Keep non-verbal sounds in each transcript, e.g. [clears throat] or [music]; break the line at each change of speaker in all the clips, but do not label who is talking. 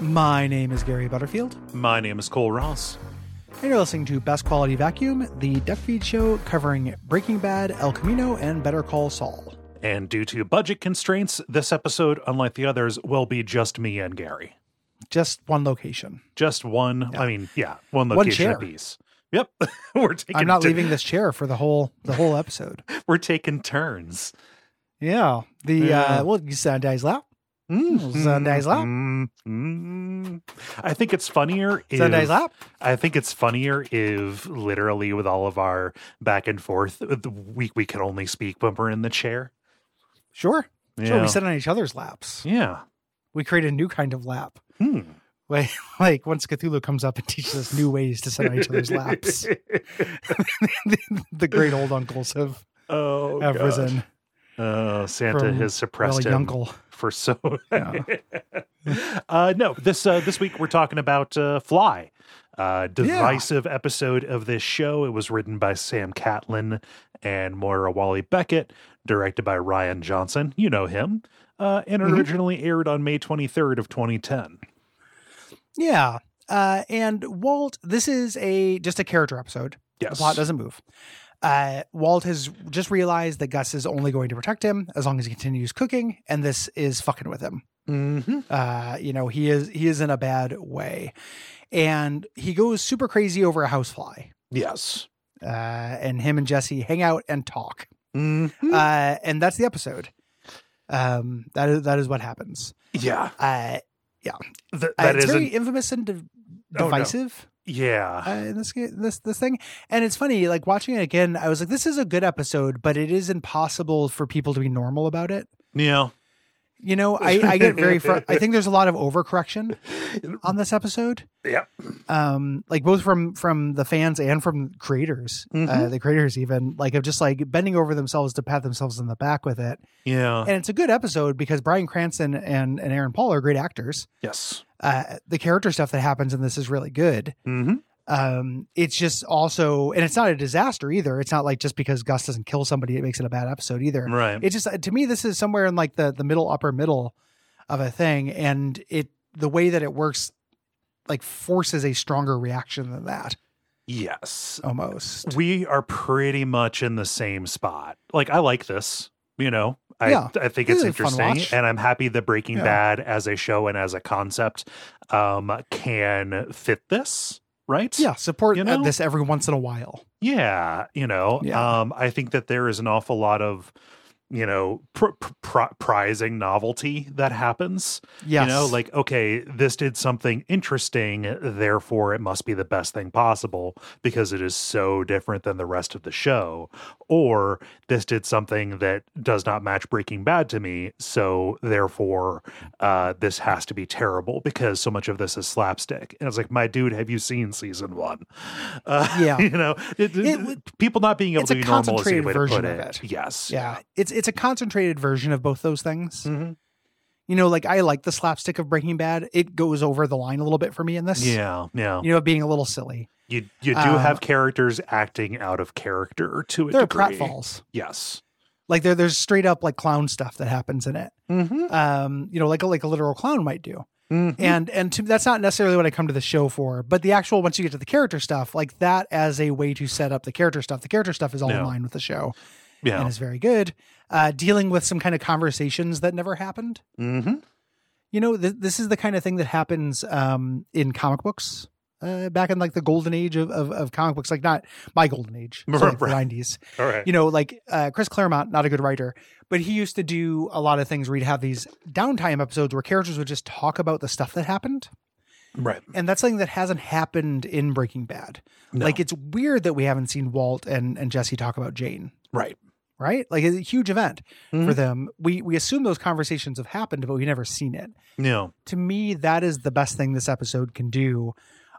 My name is Gary Butterfield,
My name is Cole Ross.
and you're listening to Best Quality Vacuum, the duck feed show covering Breaking Bad, El Camino, and Better Call Saul.
And due to budget constraints, this episode, unlike the others, will be just me and Gary.
Just one location.
Just one, I mean, yeah, one
One
location
chair.
apiece. Yep. [laughs] we're taking
I'm not
tu-
leaving this chair for the whole the whole episode.
we're taking turns.
Yeah, the
Yeah.
uh, well, you sound dice loud.
Mm,
Sunday's
mm,
up.
mm, mm. I think it's funnier if
Sunday's up.
I think it's funnier if literally with all of our back and forth the week we can only speak when we're in the chair.
Sure,
Yeah.
sure. We sit on each other's laps.
yeah.
We create a new kind of lap. [laughs]
Hmm. [laughs]
Like, like once Cthulhu comes up and teaches us new ways to sit on each other's
[laughs]
laps, [laughs] the great old uncles have,
oh,
have
gosh.
risen.
Oh, Santa
From
has suppressed
really
him
uncle.
for so. [laughs]
Yeah.
uh, no, this uh, this week we're talking about uh, Fly, uh, divisive episode of this show. It was written by Sam Catlin and Moira Wally Beckett, directed by Ryan Johnson. You know him, uh, and
Mhm.
originally aired on May twenty third of twenty ten.
Yeah. Uh, and Walt, this is a just a character episode.
Yes,
The plot doesn't move. Uh, Walt has just realized that Gus is only going to protect him as long as he continues cooking, and this is fucking with him.
Mhm.
Uh, you know, he is he is in a bad way, and he goes super crazy over a housefly.
Yes.
Uh, and him and Jesse hang out and talk.
Mhm.
Uh, and that's the episode. Um, that is that is what happens.
yeah.
Uh,
Th-
uh,
that
it's
isn't. Oh,
very infamous and de-
no.
divisive.
yeah.
uh, in this ga- this this thing. And it's funny, like watching it again, I was like, this is a good episode, but it is impossible for people to be normal about it.
Yeah.
You know, I, I get very fr- I think there's a lot of overcorrection on this episode.
Yep.
Um, like both from from the fans and from creators, uh,
Mhm.
the creators even like of just like bending over themselves to pat themselves in the back with it.
Yeah.
And it's a good episode because Brian Cranston and and Aaron Paul are great actors.
yes.
Uh, the character stuff that happens in this is really good.
hmm
um it's just also and it's not a disaster either it's not like just because gus doesn't kill somebody it makes it a bad episode either
Right.
it's just uh, to me this is somewhere in like the the middle upper middle of a thing and it the way that it works like forces a stronger reaction than that
yes.
almost
we are pretty much in the same spot. Like I like this, you know. I
Yeah.
I think
This is
it's
a fun
interesting
watch.
and I'm happy that Breaking
Yeah.
Bad as a show and as a concept um can fit this, right?
yeah support
You
uh,
know?
this every once in a while
Yeah, you know.
Yeah.
Um I think that there is an awful lot of you know, pr- pr- pri- prizing novelty that happens.
yes
You know, like, okay, this did something interesting, therefore it must be the best thing possible because it is so different than the rest of the show. Or this did something that does not match Breaking Bad to me, so therefore uh, this has to be terrible because so much of this is slapstick. And it's like, my dude, have you seen season one? [laughs] Uh,
Yeah.
You know, it,
It
it-
would-
people not being able
it's
to
a
be normal is a good
concentrated
way to put
version of
it. Yes.
yeah it's it's a concentrated version of both those things
Mhm.
you know like i like the slapstick of breaking bad it goes over the line a little bit for me in this
Yeah. Yeah.
you know being a little silly
You you do
Um,
have characters acting out of character to a
there are
degree.
pratfalls.
Yes.
Like there, there's straight up like clown stuff that happens in it.
Mm-hmm.
Um, you know, like a, like a literal clown might do.
Mm-hmm.
And and to, that's not necessarily what I come to the show for. But the actual once you get to the character stuff, like that as a way to set up the character stuff. The character stuff is all
Yeah.
in line with the show and
Yeah.
is very good. Uh, dealing with some kind of conversations that never happened.
Mm-hmm.
You know, th- this is the kind of thing that happens um, in comic books. Uh, back in like the golden age of, of, of comic books, like not my golden age, so like the
[laughs] Right.
90s,
All
[laughs]
right.
you know, like uh, Chris Claremont, not a good writer, but he used to do a lot of things where he'd have these downtime episodes where characters would just talk about the stuff that happened.
right.
And that's something that hasn't happened in Breaking Bad.
No.
Like, it's weird that we haven't seen Walt and, and Jesse talk about Jane,
right.
right? Like, it's a huge event for
Mhm.
them. We, we assume those conversations have happened, but we've never seen it.
No.
To me, that is the best thing this episode can do,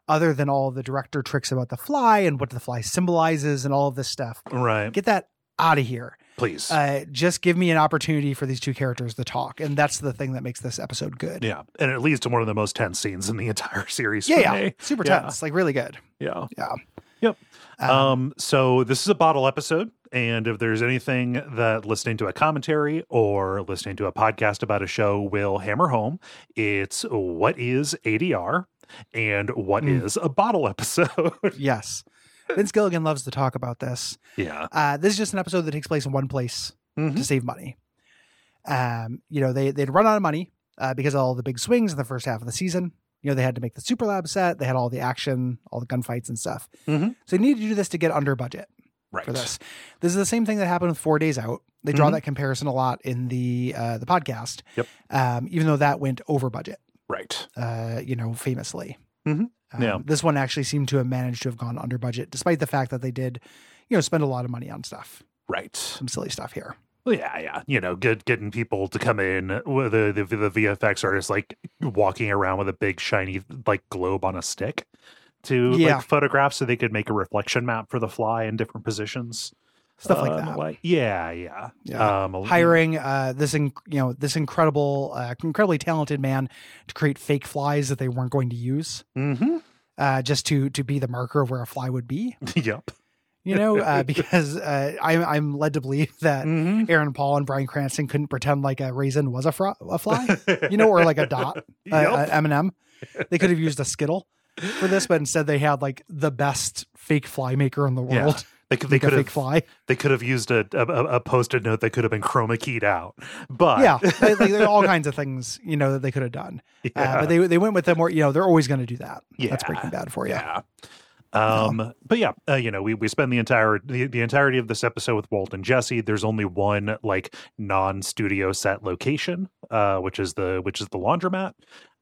other than all the director tricks about the fly and what the fly symbolizes and all of this stuff.
Right.
Get that out of here
Please.
uh, just give me an opportunity for these two characters to talk, and that's the thing that makes this episode good.
yeah. And it leads to one of the [laughs] most tense scenes in the entire series.
yeah,
for
yeah.
me.
super
Yeah.
tense, like really good.
Yeah.
Yeah.
Yep.
Um,
Um, so this is a bottle episode, and if there's anything that listening to a commentary or listening to a podcast about a show will hammer home, it's what is ADR and what is
Mm.
a bottle episode. [laughs]
yes. Vince Gilligan loves to talk about this.
yeah.
Uh, this is just an episode that takes place in one place
Mhm.
to save money. Um, you know, they, they'd run out of money uh, because of all the big swings in the first half of the season. You know, they had to make the Super Lab set, they had all the action, all the gunfights and stuff.
Mhm.
So they needed to do this to get under budget.
Right.
for this. This is the same thing that happened with Four Days Out. They draw
Mhm.
that comparison a lot in the uh, the podcast.
Yep.
Um, even though that went over budget,
Right.
uh, you know, famously.
Mhm.
Um,
Yeah.
This one actually seemed to have managed to have gone under budget, despite the fact that they did, you know, spend a lot of money on stuff,
Right.
some silly stuff here.
Well, yeah, yeah. You know, get, getting people to come in. uh, well, The, the the VFX artist like walking around with a big shiny like globe on a stick to
Yeah.
like photograph, so they could make a reflection map for the fly in different positions,
Stuff like
Uh, and
that.
the like- yeah, yeah.
Yeah.
Um, a-
Hiring uh, this, in, you know, this incredible, uh, incredibly talented man to create fake flies that they weren't going to use, [laughs]
[laughs] Mhm.
uh, just to to be the marker of where a fly would be.
Yep.
You know,
[laughs]
uh, because uh, I'm I'm led to believe that
Mhm.
Aaron Paul and Brian Cranston couldn't pretend like a raisin was a, fro- a fly, you know, or like a
[laughs]
dot, uh, a-
Yep.
a M&M. They could have used a Skittle for this, but instead they had like the best fake fly maker in the
Yeah.
world.
they could they
Make a
could
fake
have
fly.
they could have used a a, a- a post-it note that could have been chroma keyed out, but [laughs]
Yeah, they- like, there are all kinds of things you know that they could have done,
yeah.
uh, but they they went with the more you know they're always going to do that. That's
Yeah.
Breaking Bad for you.
Yeah. Um, but yeah, uh, you know, we, we spend the entire the, the entirety of this episode with Walt and Jesse. There's only one like non-studio set location, uh, which is the which is the laundromat.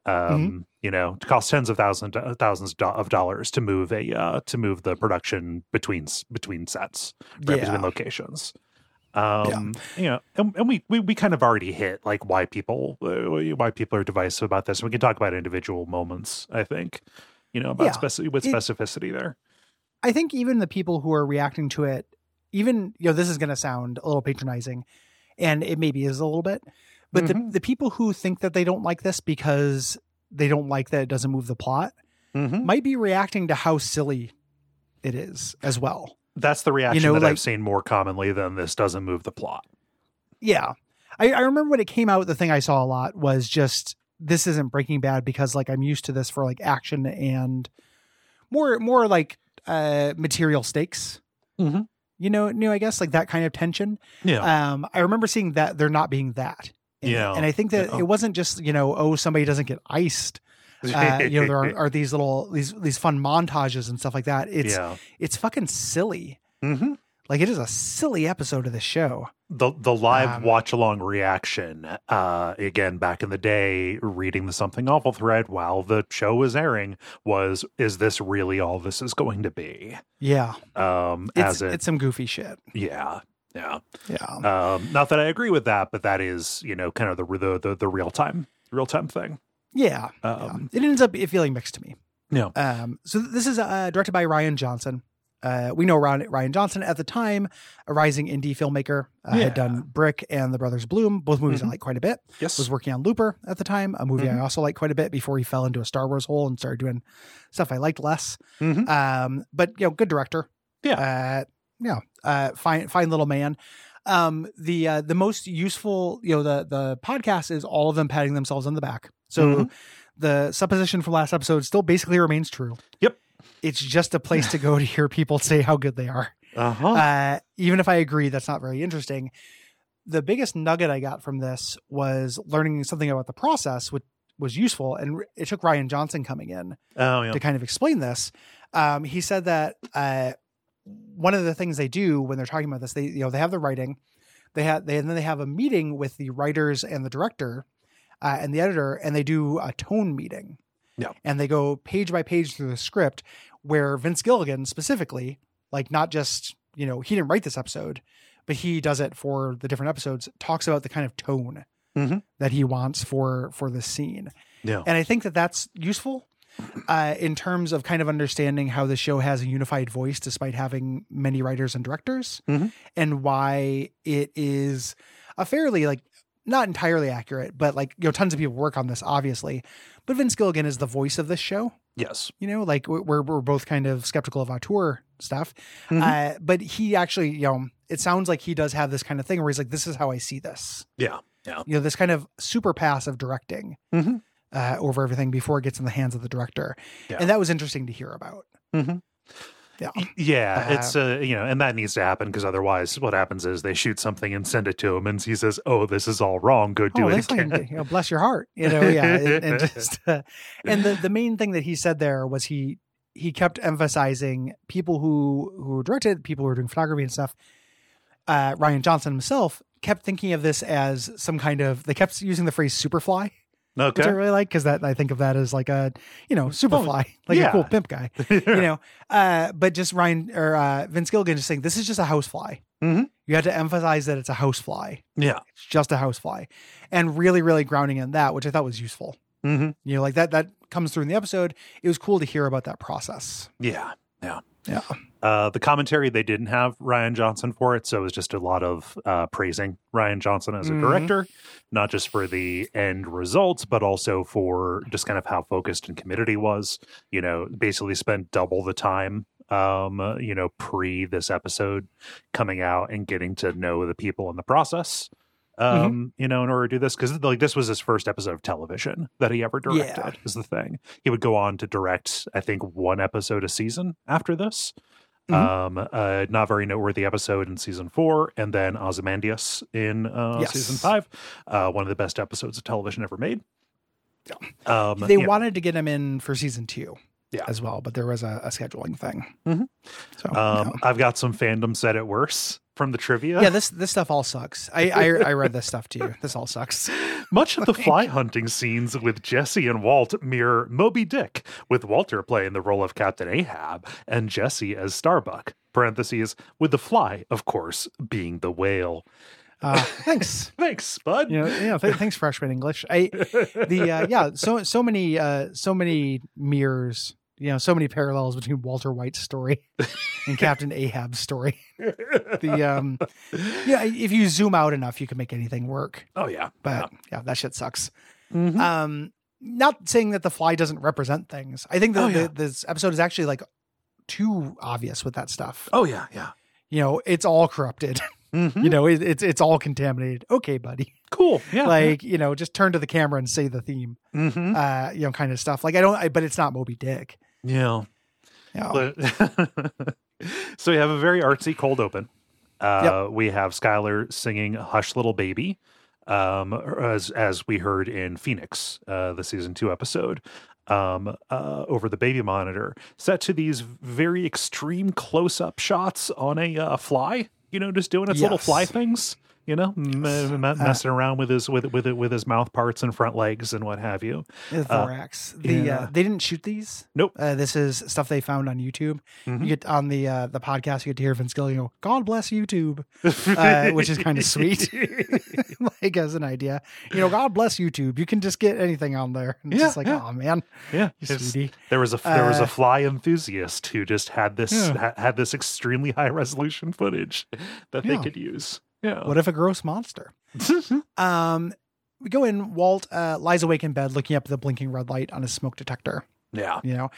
Um, you know, it costs tens of thousands thousands do- of dollars to move a uh, to move the production between s- between sets right, between
Yeah.
locations. Um, you know, and, and we, we we kind of already hit like why people uh, why people are divisive about this. We can talk about individual moments. I think, you know, about
Yeah.
speci- with
It-
specificity there.
I think even the people who are reacting to it, even you know, this is going to sound a little patronizing, and it maybe is a little bit, but
Mhm.
the the people who think that they don't like this because they don't like that it doesn't move the plot might be reacting to how silly it is as well.
That's the reaction
know,
that
like-
I've seen more commonly than this doesn't move the plot.
Yeah, I, I remember when it came out, the thing I saw a lot was just this isn't Breaking Bad because like I'm used to this for like action and more more like uh material stakes.
Mhm.
You know, new I guess like that kind of tension.
Yeah, [laughs]
um, I remember seeing that they're not being that. in it.
Yeah.
And I think that
Yeah.
it wasn't just, you know, oh, somebody doesn't get iced. Uh, you know, there
[laughs]
are, are these little these these fun montages and stuff like that. It's Mm-hmm.
yeah.
it's fucking silly.
Mhm.
Like it is a silly episode of the show.
The the live
Um,
watch along reaction uh, again back in the day, reading the something awful thread while the show was airing was is this really all this is going to be?
Yeah.
um
It's
as it
it's Mm. some goofy shit.
yeah yeah
Yeah.
um not that i agree with that but that is you know kind of the the the, the real time real time thing
Yeah.
um
It ends up feeling mixed to me.
Yeah.
Um, so this is uh, directed by Ryan Johnson. Uh, we know Ryan, Ryan Johnson at the time, a rising indie filmmaker, uh,
Yeah.
had done Brick and The Brothers Bloom, both movies
Mhm.
I like quite a bit.
yes
was working on Looper at the time, a movie
Mhm.
I also liked quite a bit before he fell into a Star Wars hole and started doing stuff I liked less.
Mhm.
Um, but you know, good director. Uh, yeah. Uh, fine, fine little man. Um, the uh, the most useful, you know, the the podcast is all of them patting themselves on the back. So the supposition from last episode still basically remains true.
Yep.
It's just a place to go to hear people say how good they are.
uh-huh
Uh, even if I agree, that's not very interesting. The biggest nugget I got from this was learning something about the process, which was useful. And it took Ryan Johnson coming in
oh yeah
to kind of explain this. Um, he said that uh, one of the things they do when they're talking about this, they you know they have the writing, they have they and then they have a meeting with the writers and the director uh, and the editor, and they do a tone meeting.
Yeah.
and they go page by page through the script, where Vince Gilligan specifically, like not just you know he didn't write this episode, but he does it for the different episodes. Talks about the kind of tone
Mhm.
that he wants for for the scene
yeah
and I think that that's useful uh, in terms of kind of understanding how the show has a unified voice despite having many writers and directors,
Mhm.
and why it is a fairly like not entirely accurate, but like you know, tons of people work on this obviously, but Vince Gilligan is the voice of this show.
yes
You know, like we're we're both kind of skeptical of auteur stuff.
Mhm.
Uh, but he actually, you know, it sounds like he does have this kind of thing where he's like, this is how I see this.
Yeah.
You know, this kind of super passive directing
Mhm.
uh, over everything before it gets in the hands of the director.
Yeah.
And that was interesting to hear about. Mm-hmm. Yeah.
Y- Yeah,
Uh,
it's uh, you know, and that needs to happen because otherwise, what happens is they shoot something and send it to him, and he says, "Oh, this is all wrong. Go do
oh,
it
that's
again."
like, you know, bless your heart. You know, yeah. And,
[laughs]
and just, uh, and the, the main thing that he said there was he he kept emphasizing people who who directed, people who were doing photography and stuff. Uh, Ryan Johnson himself kept thinking of this as some kind of. They kept using the phrase "superfly," which I [laughs]
[laughs] okay,
really like because that I think of that as like a you know superfly, [laughs] like a
yeah.
cool pimp guy,
[laughs]
you know. Uh, but just Ryan or uh, Vince Gilligan just saying this is just a housefly.
Mhm.
You had to emphasize that it's a housefly.
yeah,
It's just a housefly, and really, really grounding in that, which I thought was useful.
hmm
You know, like that that comes through in the episode. It was cool to hear about that process.
yeah, yeah,
Yeah.
Uh, the commentary they didn't have Ryan Johnson for it, so it was just a lot of uh, praising Ryan Johnson as a
Mhm.
director, not just for the end results, but also for just kind of how focused and committed he was. You know, basically spent double the time, um, uh, you know, pre this episode coming out and getting to know the people in the process.
Mm-hmm.
Um, you know, in order to do this, because like this was his first episode of television that he ever
Yeah.
directed, is the thing. He would go on to direct, I think, one episode a season after this
Mm-hmm.
um uh not very noteworthy episode in season four and then ozymandias in uh
Yes.
season five uh one of the best episodes of television ever made um
They
you know,
wanted to get him in for season two,
Yeah.
as well, but there was a, a scheduling thing.
Mhm.
So,
um
Mm-hmm. yeah.
i've got some fandom said it worse from the trivia
yeah, this this stuff all sucks. [laughs] I, I I read this stuff to you. This all sucks.
much of the fly hunting scenes with jesse and walt mirror moby dick with walter playing the role of captain ahab and jesse as starbuck parentheses with the fly of course being the whale
Uh, thanks.
thanks bud
You know, [laughs] yeah. Th- thanks, freshman English. I the uh, yeah. So so many uh, so many mirrors. You know, so many parallels between Walter White's [laughs] story and Captain Ahab's story. the um yeah if you zoom out enough you can make anything work
[laughs] oh yeah
but yeah that shit sucks
Mhm.
um not saying that the fly doesn't represent things i think that
Oh, yeah.
this episode is actually like too obvious with that stuff
oh yeah yeah
you know it's all corrupted [laughs]
Mhm.
you know it, it's it's all contaminated okay buddy
cool Oh, yeah
like you know just turn to the camera and say the theme
mm-hmm.
uh you know kind of stuff like i don't I, but it's not moby dick
yeah
you know.
But- [laughs] so we have a very artsy cold open uh we have skylar singing hush little baby um as as we heard in phoenix uh the season two episode um uh over the baby monitor set to these very extreme close-up shots on a uh, fly you know just doing its little fly
Yes. Uh,
things you know m- m- messing around with his with with with his mouth parts and front legs and what have you
The thorax. the
yeah.
uh, they didn't shoot these.
Nope.
Uh, this is stuff they found on YouTube.
Mhm.
You get on the uh, the podcast, you get to hear Vince Gilligan. go, God bless
[laughs]
YouTube, uh, which is kind of sweet. [laughs] like as an idea, you know, God bless YouTube. You can just get anything on there. And it's
Yeah,
just like,
yeah.
oh man,
yeah
you
it's-
sweetie.
There was a there was
Uh,
a fly enthusiast who just had this
Yeah.
ha- had this extremely high resolution footage
Yeah.
that they could use. Yeah.
What if a gross monster? [laughs] Um, we go in. Walt uh, lies awake in bed, looking up at the blinking red light on his smoke detector.
yeah.
You know,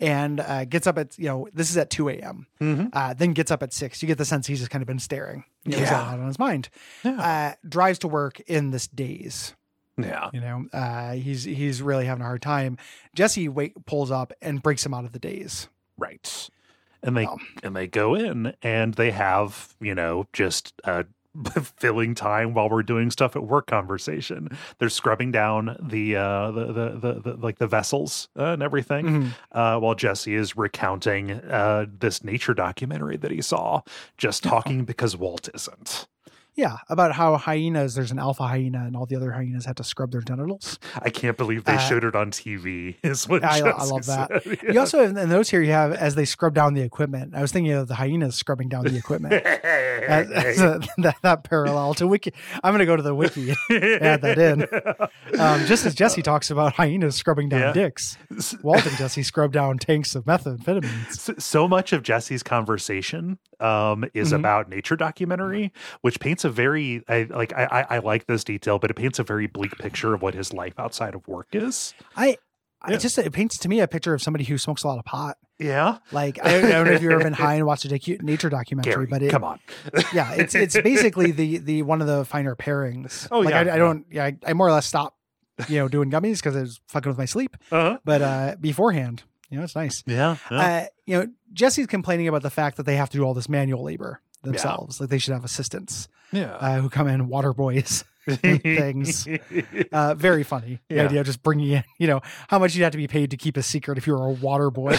and uh, gets up at you know this is at two a.m.
Mhm.
uh, then gets up at six. You get the sense he's just kind of been staring. You know, He's
Yeah.
got a lot on his mind.
Yeah.
Uh, drives to work in this daze.
yeah.
You know, uh, he's he's really having a hard time. Jesse wait, pulls up and breaks him out of the daze.
Right. And they
Um.
and they go in and they have, you know, just uh [laughs] filling time while we're doing stuff at work conversation. They're scrubbing down the uh the the, the, the like the vessels uh, and everything.
Mm-hmm.
uh, while Jesse is recounting uh, this nature documentary that he saw, just talking because Walt isn't.
Yeah, about how hyenas. There's an alpha hyena, and all the other hyenas have to scrub their
[laughs]
genitals.
I can't believe they
Uh,
showed it on TV. [laughs] Is what
I- I
Jesse
love that.
said.
You
[laughs]
also in the notes here you have as they scrub down the equipment. I was thinking of the hyenas scrubbing down the
[laughs]
equipment. As- as a- that, [laughs] that parallel to wiki. I'm going to go to the wiki add that
in.
um, just as Jesse talks about hyenas scrubbing down
Uh, Yeah.
dicks, Walt and Jesse scrub down tanks of methamphetamines.
so, so much of Jesse's conversation um, is
Mhm.
about nature documentary, which paints a very I, like I, I, I like this detail, but it paints a very bleak picture of what his life outside of work is.
I,
Yeah.
I just it paints to me a picture of somebody who smokes a lot of pot
Yeah.
Like
[laughs]
I don't, I don't know if you've ever been high and watched a docu- nature documentary,
Gary,
but it,
come on.
yeah, it's it's basically the the one of the finer pairings.
Oh,
like,
yeah,
I,
yeah.
I don't. Yeah, I, I more or less stopped, you know, doing gummies because I was fucking with my sleep.
Uh-huh.
But uh beforehand, you know, it's nice.
Yeah. yeah.
Uh, you know, Jesse's complaining about the fact that they have to do all this manual labor themselves. Like they should have assistants
yeah.
uh, who come in water
[laughs]
boys. things. Uh, very funny the
Yeah.
idea of just bringing in. You know how much you'd have to be paid to keep a secret if you were a water boy.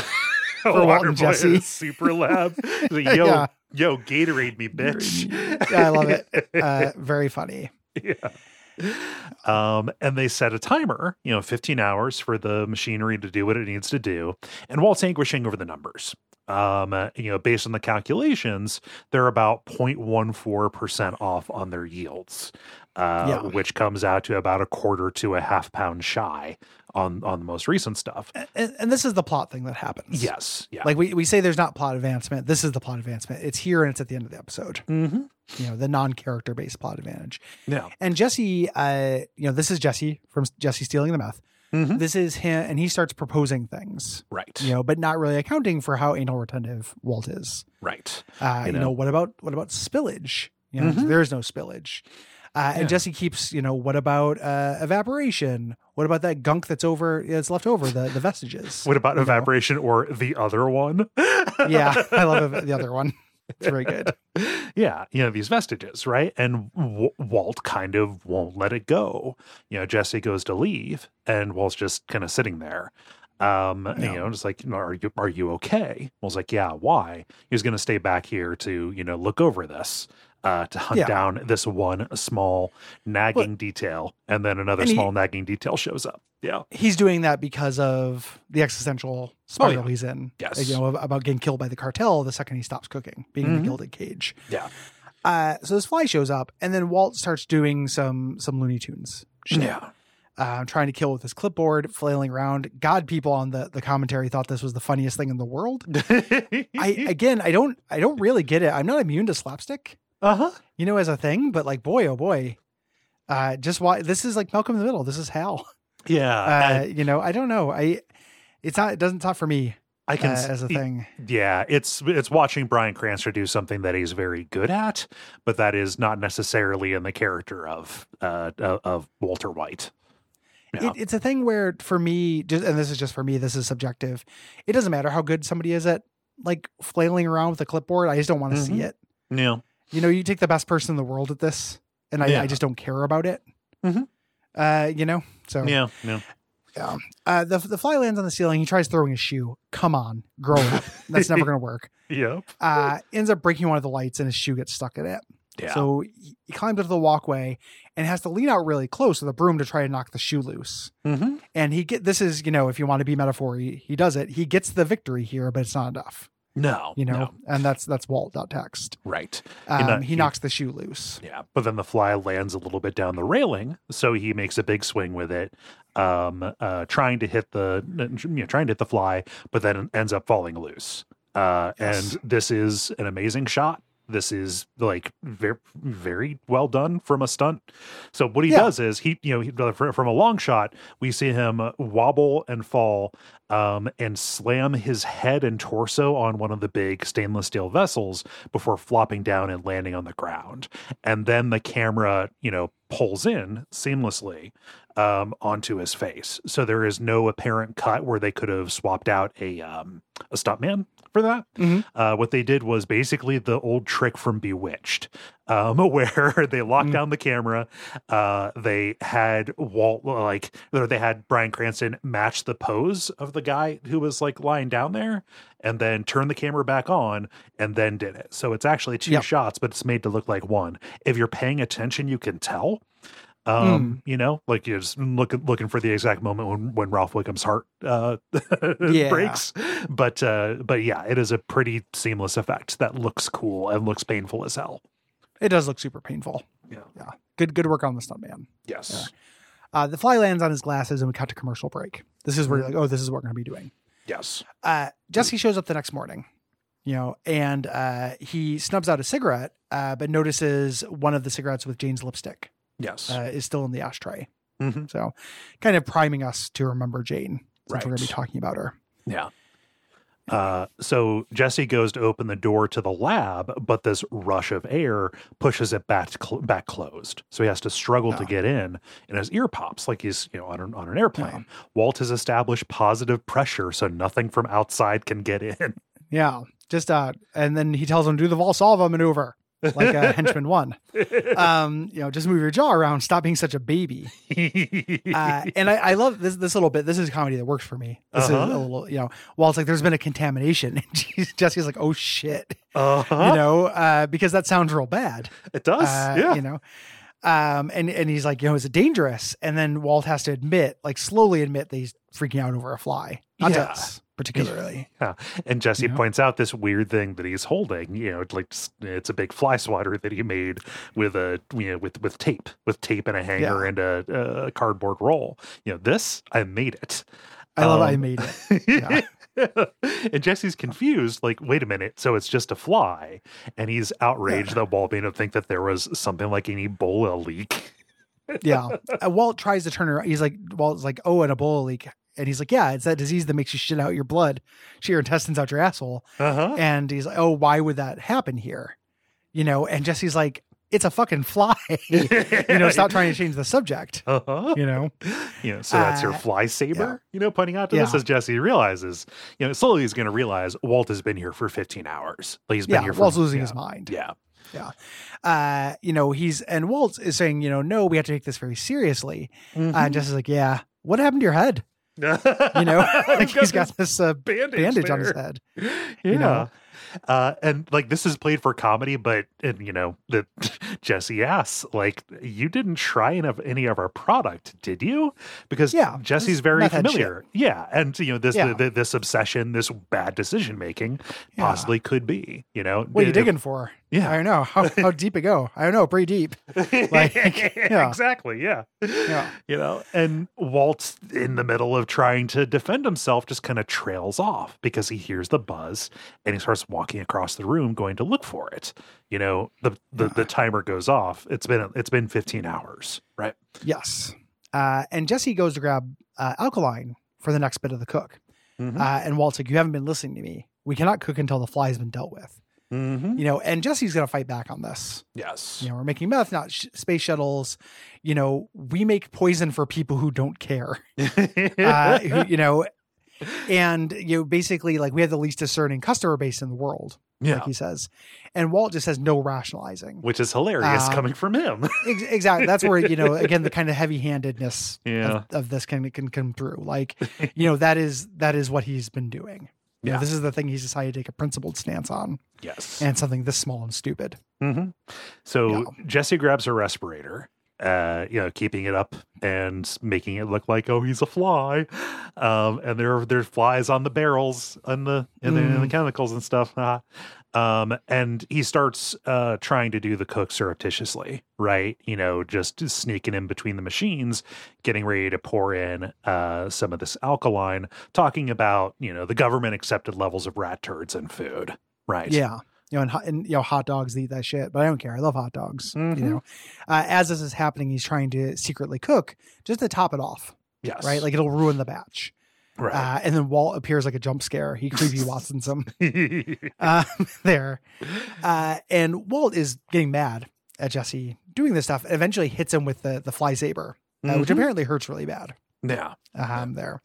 for
Walton
Water
Jesse.
Oh, [laughs] Super Lab.
[laughs]
The yo,
Yeah.
yo, Gatorade me, bitch.
Yeah, I love
[laughs]
it. Uh, very funny.
Um, and they set a timer, you know, 15 hours for the machinery to do what it needs to do. And Walt's anguishing over the numbers. Um, uh, you know, based on the calculations, they're about 0.14% off on their yields, uh,
Yeah.
which comes out to about a quarter to a half pound shy on, on the most recent stuff.
And, and this is the plot thing that happens.
Yes. Yeah.
Like we, we say there's not plot advancement. This is the plot advancement. It's here and it's at the end of the episode.
mm-hmm.
You know, the non-character based plot advantage.
yeah.
And Jesse, uh, you know, this is Jesse from Jesse Stealing the Mouth.
Mhm.
This is him and he starts proposing things,
Right.
you know, but not really accounting for how anal retentive Walt is.
Right.
Uh,
You
you know,
know.
what about what about spillage? You know,
Mhm.
there's no spillage. Uh,
Yeah.
And Jesse keeps, you know, what about uh, evaporation? What about that gunk that's over, that's left over, the, the vestiges?
[laughs] What about
You know?
evaporation or the other one?
yeah, I love it- the other one. It's very good.
yeah, you know, these vestiges, right? And w- Walt kind of won't let it go. You know, Jesse goes to leave and Walt's just kind of sitting there. Um,
Yeah.
you know, just like, you know, are you are you okay? Walt's like, yeah, why? He was gonna stay back here to, you know, look over this, uh, to hunt
Yeah.
down this one small nagging detail, and then another
and he-
small nagging detail shows up. Yeah.
He's doing that because of the existential spiral
Oh, yeah.
he's in.
Yes.
Like, you know, ab- about getting killed by the cartel the second he stops cooking, being in
Mhm.
the gilded cage.
Yeah.
Uh, so this fly shows up, and then Walt starts doing some some Looney Tunes. Shit.
Yeah.
Uh, trying to kill with his clipboard, flailing around. God, people on the, the commentary thought this was the funniest thing in the world.
[laughs]
I again, I don't, I don't really get it. I'm not immune to slapstick.
uh-huh.
you know, as a thing, but like, boy, oh boy, uh, just why this is like Malcolm in the Middle. This is
[laughs]
Hal.
Yeah.
Uh, you know, I don't know. I, it's not, it doesn't, it's not for me
I
uh,
can s-
as a thing.
Yeah, it's it's watching Brian Cranster do something that he's very good at, but that is not necessarily in the character of uh of- of Walter White. Yeah.
It, it's a thing where for me, just, and this is just for me, this is subjective. It doesn't matter how good somebody is at like flailing around with a clipboard. I just don't want to see
Mhm.
it.
Yeah.
You know, you take the best person in the world at this and I,
Yeah.
I just don't care about it.
Mhm.
Uh, you know, so
Yeah. Yeah.
uh, the, the fly lands on the ceiling. He tries throwing a shoe. Come on, grow up. That's never going to
[laughs]
work.
Yep.
uh, ends up breaking one of the lights and his shoe gets stuck in it.
Yeah.
So he he climbs up to the walkway and has to lean out really close with a broom to try to knock the shoe loose.
Mhm.
And he get this is you know if you want to be metaphor, he, he does it. He gets the victory here, but it's not enough.
No.
You know,
no,
and that's that's Walt.txt.
right.
Um,
know,
he
he-
knocks the shoe loose.
Yeah. But then the fly lands a little bit down the railing, so he makes a big swing with it, um, uh, trying to hit the you know, trying to hit the fly, but then ends up falling loose. Uh,
Yes.
And this is an amazing shot. This is like very, very well done from a stunt. So what he
Yeah.
does is he, you know, he, fr- from a long shot, we see him wobble and fall, um, and slam his head and torso on one of the big stainless steel vessels before flopping down and landing on the ground. And then the camera, you know, pulls in seamlessly um, onto his face. So there is no apparent cut where they could have swapped out a um, a stuntman for that.
Mhm.
Uh, what they did was basically the old trick from Bewitched, um, [laughs] where they locked
Mm.
down the camera. Uh, they had Walt uh, like or they had Brian Cranston match the pose of the guy who was like lying down there, and then turn the camera back on, and then did it. So it's actually two
Yep.
shots, but it's made to look like one. If you're paying attention, you can tell um you know like you're just looking looking for the exact moment when when ralph wickham's heart uh [laughs]
Yeah.
breaks but uh but yeah it is a pretty seamless effect that looks cool and looks painful as hell
It does look super painful.
Yeah.
yeah. Good good work on the stuntman.
yes
Uh, the fly lands on his glasses, and we cut to commercial break. This is where you're like, oh, this is what we're going to be doing.
yes
uh, Jesse shows up the next morning, you know, and uh, he snubs out a cigarette, uh, but notices one of the cigarettes with Jane's lipstick
yes
uh, is still in the ashtray.
hmm
So, kind of priming us to remember Jane since we're going to be
Right.
talking about her.
yeah Uh, so Jesse goes to open the door to the lab, but this rush of air pushes it back cl- back closed. So he has to struggle to
Oh.
get in, and his ear pops like he's you know on an, on an airplane. Walt has established positive pressure, so nothing from outside can get in. [laughs]
Yeah. Just uh and then he tells him to do the Valsalva maneuver. Like
[laughs]
uh, henchman one. Um, you know, just move your jaw around, stop being such a baby.
[laughs]
Uh, and I, I love this this little bit. This is comedy that works for me. This is
Uh-huh.
a little, you know, Walt's like, there's been a contamination. [laughs] And she's, Jesse's like, oh shit.
Uh-huh.
You know, uh, because that sounds real bad.
it does.
uh,
yeah.
you know um and and he's like you know is it dangerous and then walt has to admit like slowly admit that he's freaking out over a fly not to
Yeah.
us particularly
Yeah. And Jesse
You know?
points out this weird thing that he's holding. You know, it's like s- it's a big fly swatter that he made with a you know with with tape, with tape and a hanger and a, a cardboard roll. You know, this I made it.
i love
Um,
i made
[laughs]
it Yeah.
and Jesse's confused, like, wait a minute, so it's just a fly. And he's outraged that Walt made him think that there was something like an Ebola leak.
yeah Uh, walt tries to turn her he's like walt's like oh an ebola leak and he's like yeah it's that disease that makes you shit out your blood shit your intestines out your asshole
Uh-huh.
and he's like oh why would that happen here you know and jesse's like it's a fucking fly [laughs] you know stop trying to change the subject
[laughs] Uh-huh.
you know
you know, so that's your
Uh,
fly saber,
yeah.
you know, pointing out to this
Yeah.
as Jesse realizes, you know, slowly he's going to realize Walt has been here for 15 hours. Like he's been
yeah
here for,
walt's losing
yeah,
his mind
Yeah.
uh, you know, he's and Walt is saying, you know, no, we have to take this very seriously. Uh,
Mm-hmm.
and Jesse's like, yeah, what happened to your head? You
[laughs]
know, [laughs] like he's got this uh,
bandage,
bandage on his
there.
head. [laughs]
Yeah.
know?
Uh, and like this is played for comedy, but and you know that [laughs] Jesse asks, like, you didn't try any of any of our product, did you? Because
Yeah,
Jesse's
this
very
meth head
familiar. Yeah, and you know this
Yeah.
the, this obsession, this bad decision making,
Yeah.
possibly could be. You know,
What are you
It- it-
digging for?
Yeah,
I don't know
[laughs]
how, how deep it go. I don't know, pretty deep. Like, [laughs] yeah.
exactly yeah
Yeah.
you know and walt in the middle of trying to defend himself just kind of trails off because he hears the buzz and he starts walking across the room going to look for it you know the the, the timer goes off it's been it's been 15 hours right
Yes. Uh, and Jesse goes to grab uh, alkaline for the next bit of the cook, uh, and Walt's like, you haven't been listening to me. We cannot cook until the fly's been dealt with.
Mhm.
You know, and Jesse's gonna fight back on this.
yes
You know, we're making meth, not sh- space shuttles. You know, we make poison for people who don't care.
[laughs]
uh, who- you know, and you know, basically like we have the least discerning customer base in the world,
yeah
like he says, and Walt just has no
[laughs]
rationalizing.
which is hilarious
Um,
coming from him [laughs]
Ex- exactly, that's where you know again the kind of heavy-handedness
Yeah.
of, of this can can come through.
[laughs]
Like, you know, that is that is what he's been doing. You know,
Yeah.
this is the thing he's decided to take a principled stance on,
yes
and something this small and stupid.
hmm So Jesse grabs her respirator, uh, you know, keeping it up and making it look like oh he's a fly, um, and there there's flies on the barrels and the and the,
Mm.
and the chemicals and stuff. Ah. Um, and he starts uh, trying to do the cook surreptitiously, right? You know, just sneaking in between the machines, getting ready to pour in uh, some of this alkaline, talking about you know the government accepted levels of rat turds in food, right?
Yeah. You know, and, ho- and you know, hot dogs they eat that shit, but I don't care. I love hot dogs.
Mhm.
You know, uh, as this is happening, he's trying to secretly cook just to top it off,
Yes.
right? Like it'll ruin the batch.
right.
Uh, and then Walt appears like a jump scare. He
[laughs]
creepy Watson's him um, [laughs] there. Uh, and Walt is getting mad at Jesse doing this stuff. and Eventually hits him with the the fly saber, uh, which
Mhm.
apparently hurts really bad.
Yeah.
Um, there,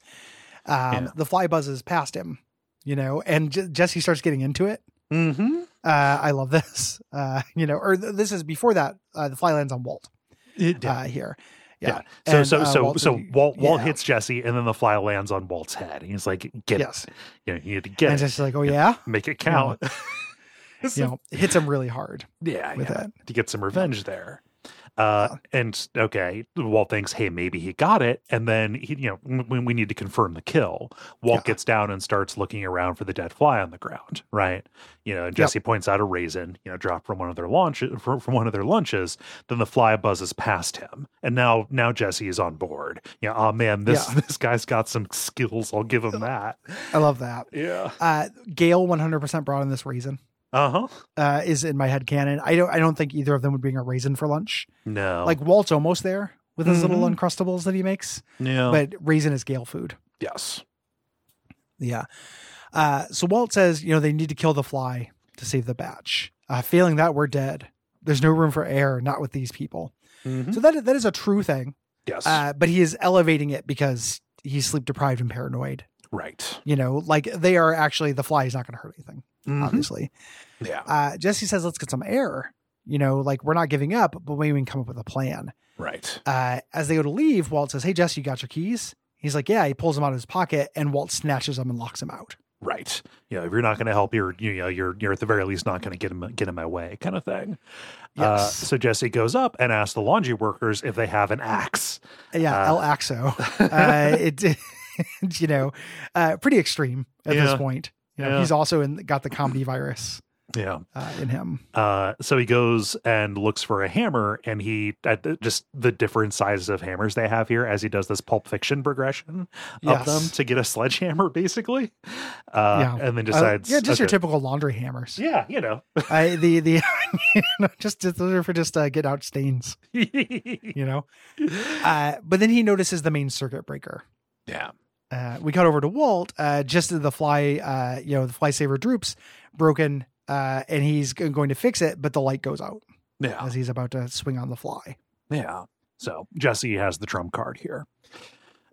um,
Yeah.
the fly buzzes past him, you know, and J- Jesse starts getting into it.
Mm-hmm.
Uh, I love this. [laughs] Uh, you know, or th- this is before that. Uh, the fly lands on Walt uh, here.
yeah.
Yeah.
So
And,
so
uh,
so
Walt-
so Walt Walt
yeah.
hits Jesse, and then the fly lands on Walt's head. And he's like, "Get
Yes.
it! You know, you need to
and
get it.
Jesse's like, oh
Yeah.
yeah,
Make it count."
[laughs]
[laughs]
you know, hits him really hard
yeah,
with
yeah.
it.
to get some revenge there. Uh, and okay, Walt thinks, "Hey, maybe he got it." And then he, you know, w- when we need to confirm the kill,
Yeah.
Walt gets down and starts looking around for the dead fly on the ground. Right, you know, and Jesse points out a raisin, you know, dropped from one of their launches from, from one of their lunches. Then the fly buzzes past him, and now now Jesse is on board. You know, oh man, this
Yeah.
this guy's got some skills. I'll give him that.
I love that.
Yeah.
Uh, Gail 100% brought in this raisin.
Uh huh.
Uh, is in my head canon. I don't. I don't think either of them would bring a raisin for lunch.
No.
Like Walt's almost there with his little
Mhm.
uncrustables that he makes,
no.
but raisin is Gale food.
yes.
Yeah. Uh, so Walt says, you know, they need to kill the fly to save the batch. Uh, failing that, we're dead. There's no room for error, not with these people.
Mhm.
So that that is a true thing.
Yes.
Mm-hmm. Uh, but he is elevating it because he's sleep deprived and paranoid.
right.
You know, like they are actually the fly is not going to hurt anything.
Mhm.
Obviously,
Yeah.
uh, Jesse says, "Let's get some air." You know, like we're not giving up, but maybe we can come up with a plan.
Right.
uh, as they go to leave, Walt says, Hey, Jess, you got your keys? He's like, Yeah. He pulls them out of his pocket and Walt snatches them and locks him out.
Right. You know, if you're not going to help, you're you know you're you're at the very least not going to get him get in my way, kind of thing. Uh,
Yes.
so Jesse goes up and asks the laundry workers if they have
[laughs]
an axe.
Yeah.
Uh.
El Axo. Uh, it, [laughs] you know, uh, pretty extreme at this
Yeah.
point. You know,
Yeah.
He's also in, got the comedy virus
Yeah.
uh, in him.
Uh, so he goes and looks for a hammer, and he at the, just the different sizes of hammers they have here as he does this Pulp Fiction progression
Yes.
of them to get a sledgehammer, basically.
Yeah.
Uh, and then
Uh,
decides,
yeah, just your
okay.
typical laundry hammers.
[laughs] yeah,
[laughs]
you know,
I, the the you know, just just- those are for just uh, get out stains, you know. Uh, but then he notices the main circuit breaker,
yeah,
uh, we cut over to Walt. Uh, just as the fly, uh, you know, the fly saver droops, broken, uh, and he's g- going to fix it, but the light goes out
yeah,
as he's about to swing on the fly.
yeah. So Jesse has the trump card here.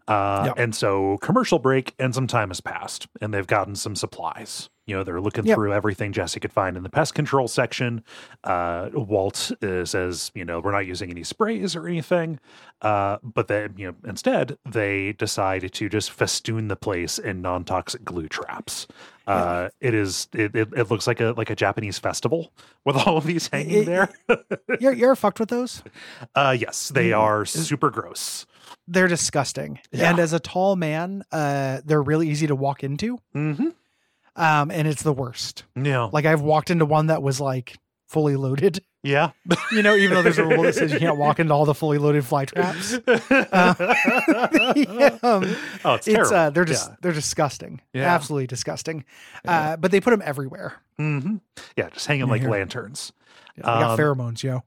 Uh,
Yep.
And so commercial break and some time has passed, and they've gotten some supplies. You know, they're looking
Yep.
through everything Jesse could find in the pest control section. Uh, Walt uh, says, you know, we're not using any sprays or anything. Uh, but then, you know, instead they decide to just festoon the place in non toxic glue traps. Uh, it is, it, it, it looks like a like a Japanese festival with all of these hanging
It-
there.
You're, you're fucked with those.
Uh, yes, they
Mm.
are super gross.
They're disgusting.
Yeah.
And as a tall man, uh, they're really easy to walk into,
Mm-hmm.
um, and it's the worst.
Yeah.
Like I've walked into one that was like fully loaded. [laughs]
[laughs] Yeah.
You know, even though there's a rule that says you can't walk into all the fully loaded fly
[laughs]
traps. [laughs] Um,
oh, it's,
It's
terrible.
uh, they're just they're disgusting,
Yeah.
absolutely disgusting.
Yeah.
Uh, but they put them everywhere.
Yeah. hmm yeah, just hanging like
Here.
lanterns.
Yeah, they got
Um,
pheromones, yo.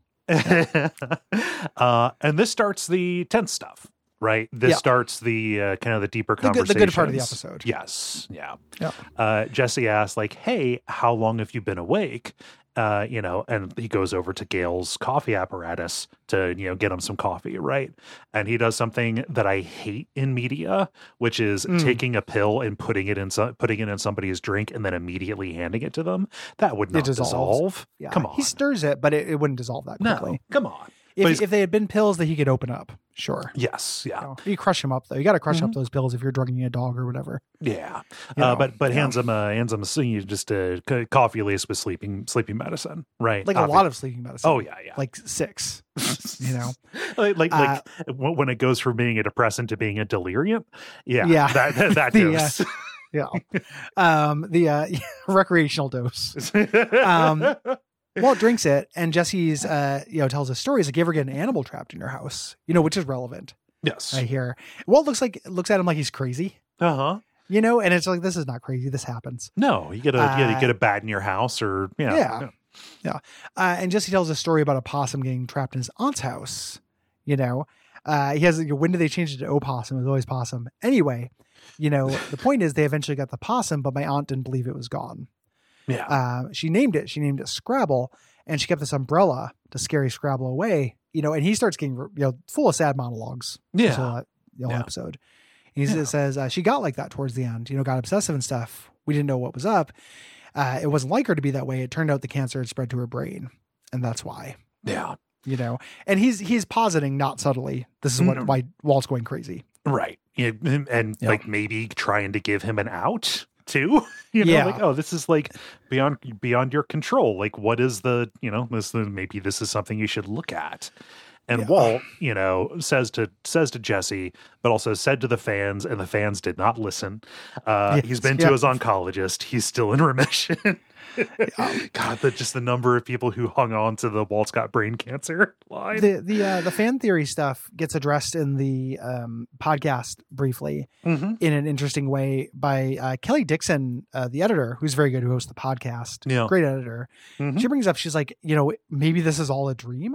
[laughs] uh, and this starts the tense stuff, right? This
Yeah.
starts the uh, kind of the deeper
The good-
conversation.
the good part of the episode.
Yes. Yeah.
Yeah.
Uh, Jesse asks, like, "Hey, how long have you been awake?" Uh, you know, and he goes over to Gail's coffee apparatus to you know get him some coffee, right? And he does something that I hate in media, which is
Mm.
taking a pill and putting it in some, putting it in somebody's drink and then immediately handing it to them. That would
It
not
dissolves.
dissolve.
Yeah.
Come on.
He stirs it, but it, it wouldn't dissolve that
no,
quickly.
come on. But he's-
If, if they had been pills that he could open up, sure.
Yes, yeah, Mm-hmm.
You, know, you crush them up though. You got to crush up those pills if you're drugging a dog or whatever.
yeah.
You
Uh,
know,
but but
yeah.
hands him uh, hands him so you just uh, c- coffee laced with sleeping sleeping medicine, right?
Like a lot of sleeping medicine.
oh yeah, [laughs] yeah.
like six. you know. uh,
like like, like w- when it goes from being a depressant to being a deliriant, yeah,
Yeah. [laughs]
that that, that
The, uh,
dose. [laughs]
Yeah. um, the uh, [laughs] recreational dose. um, Walt drinks it, and Jesse's uh, you know tells his story. He's like, "You ever get an animal trapped in your house?" You know, which is relevant.
[laughs] yes,
I hear. Walt looks like looks at him like he's crazy.
uh huh.
You know, and it's like this is not crazy. This happens.
No, you get a you get-
Uh,
you get a bat in your house, or you know,
yeah. Uh, and Jesse tells a story about a possum getting trapped in his aunt's house. You know, uh, he has like, when did they change it to opossum? It was always possum. Anyway, you know, the point is they eventually got the possum, but my aunt didn't believe it was gone.
yeah.
Uh, she named it. She named it Scrabble, and she kept this umbrella to scary Scrabble away. You know, and he starts getting you know full of sad monologues. this
yeah.
whole, the whole
Yeah.
episode. And he
Yeah.
says uh, she got like that towards the end, you know, got obsessive and stuff. We didn't know what was up. Uh, it wasn't like her to be that way. It turned out the cancer had spread to her brain, and that's why,
Yeah.
you know. And he's he's positing not subtly this is what
Mhm.
why Walt's going crazy.
Right. Yeah, and and,
Yeah.
like maybe trying to give him an out too. [laughs] You know,
Yeah.
like oh, this is like beyond beyond your control. Like what is the you know this maybe this is something you should look at. And
Yeah.
Walt, you know, says to says to Jesse, but also said to the fans, and the fans did not listen. Uh,
Yes,
he's been
yeah.
to his oncologist. He's still in [laughs] remission. God, the, just the number of people who hung on to the Walt's got brain cancer line.
The the uh, the fan theory stuff gets addressed in the um, podcast briefly
Mhm.
in an interesting way by uh, Kelly Dixon, uh, the editor, who's very good, who hosts the podcast,
Yeah.
great editor.
Mhm.
She brings up, she's like, you know, maybe this is all a dream.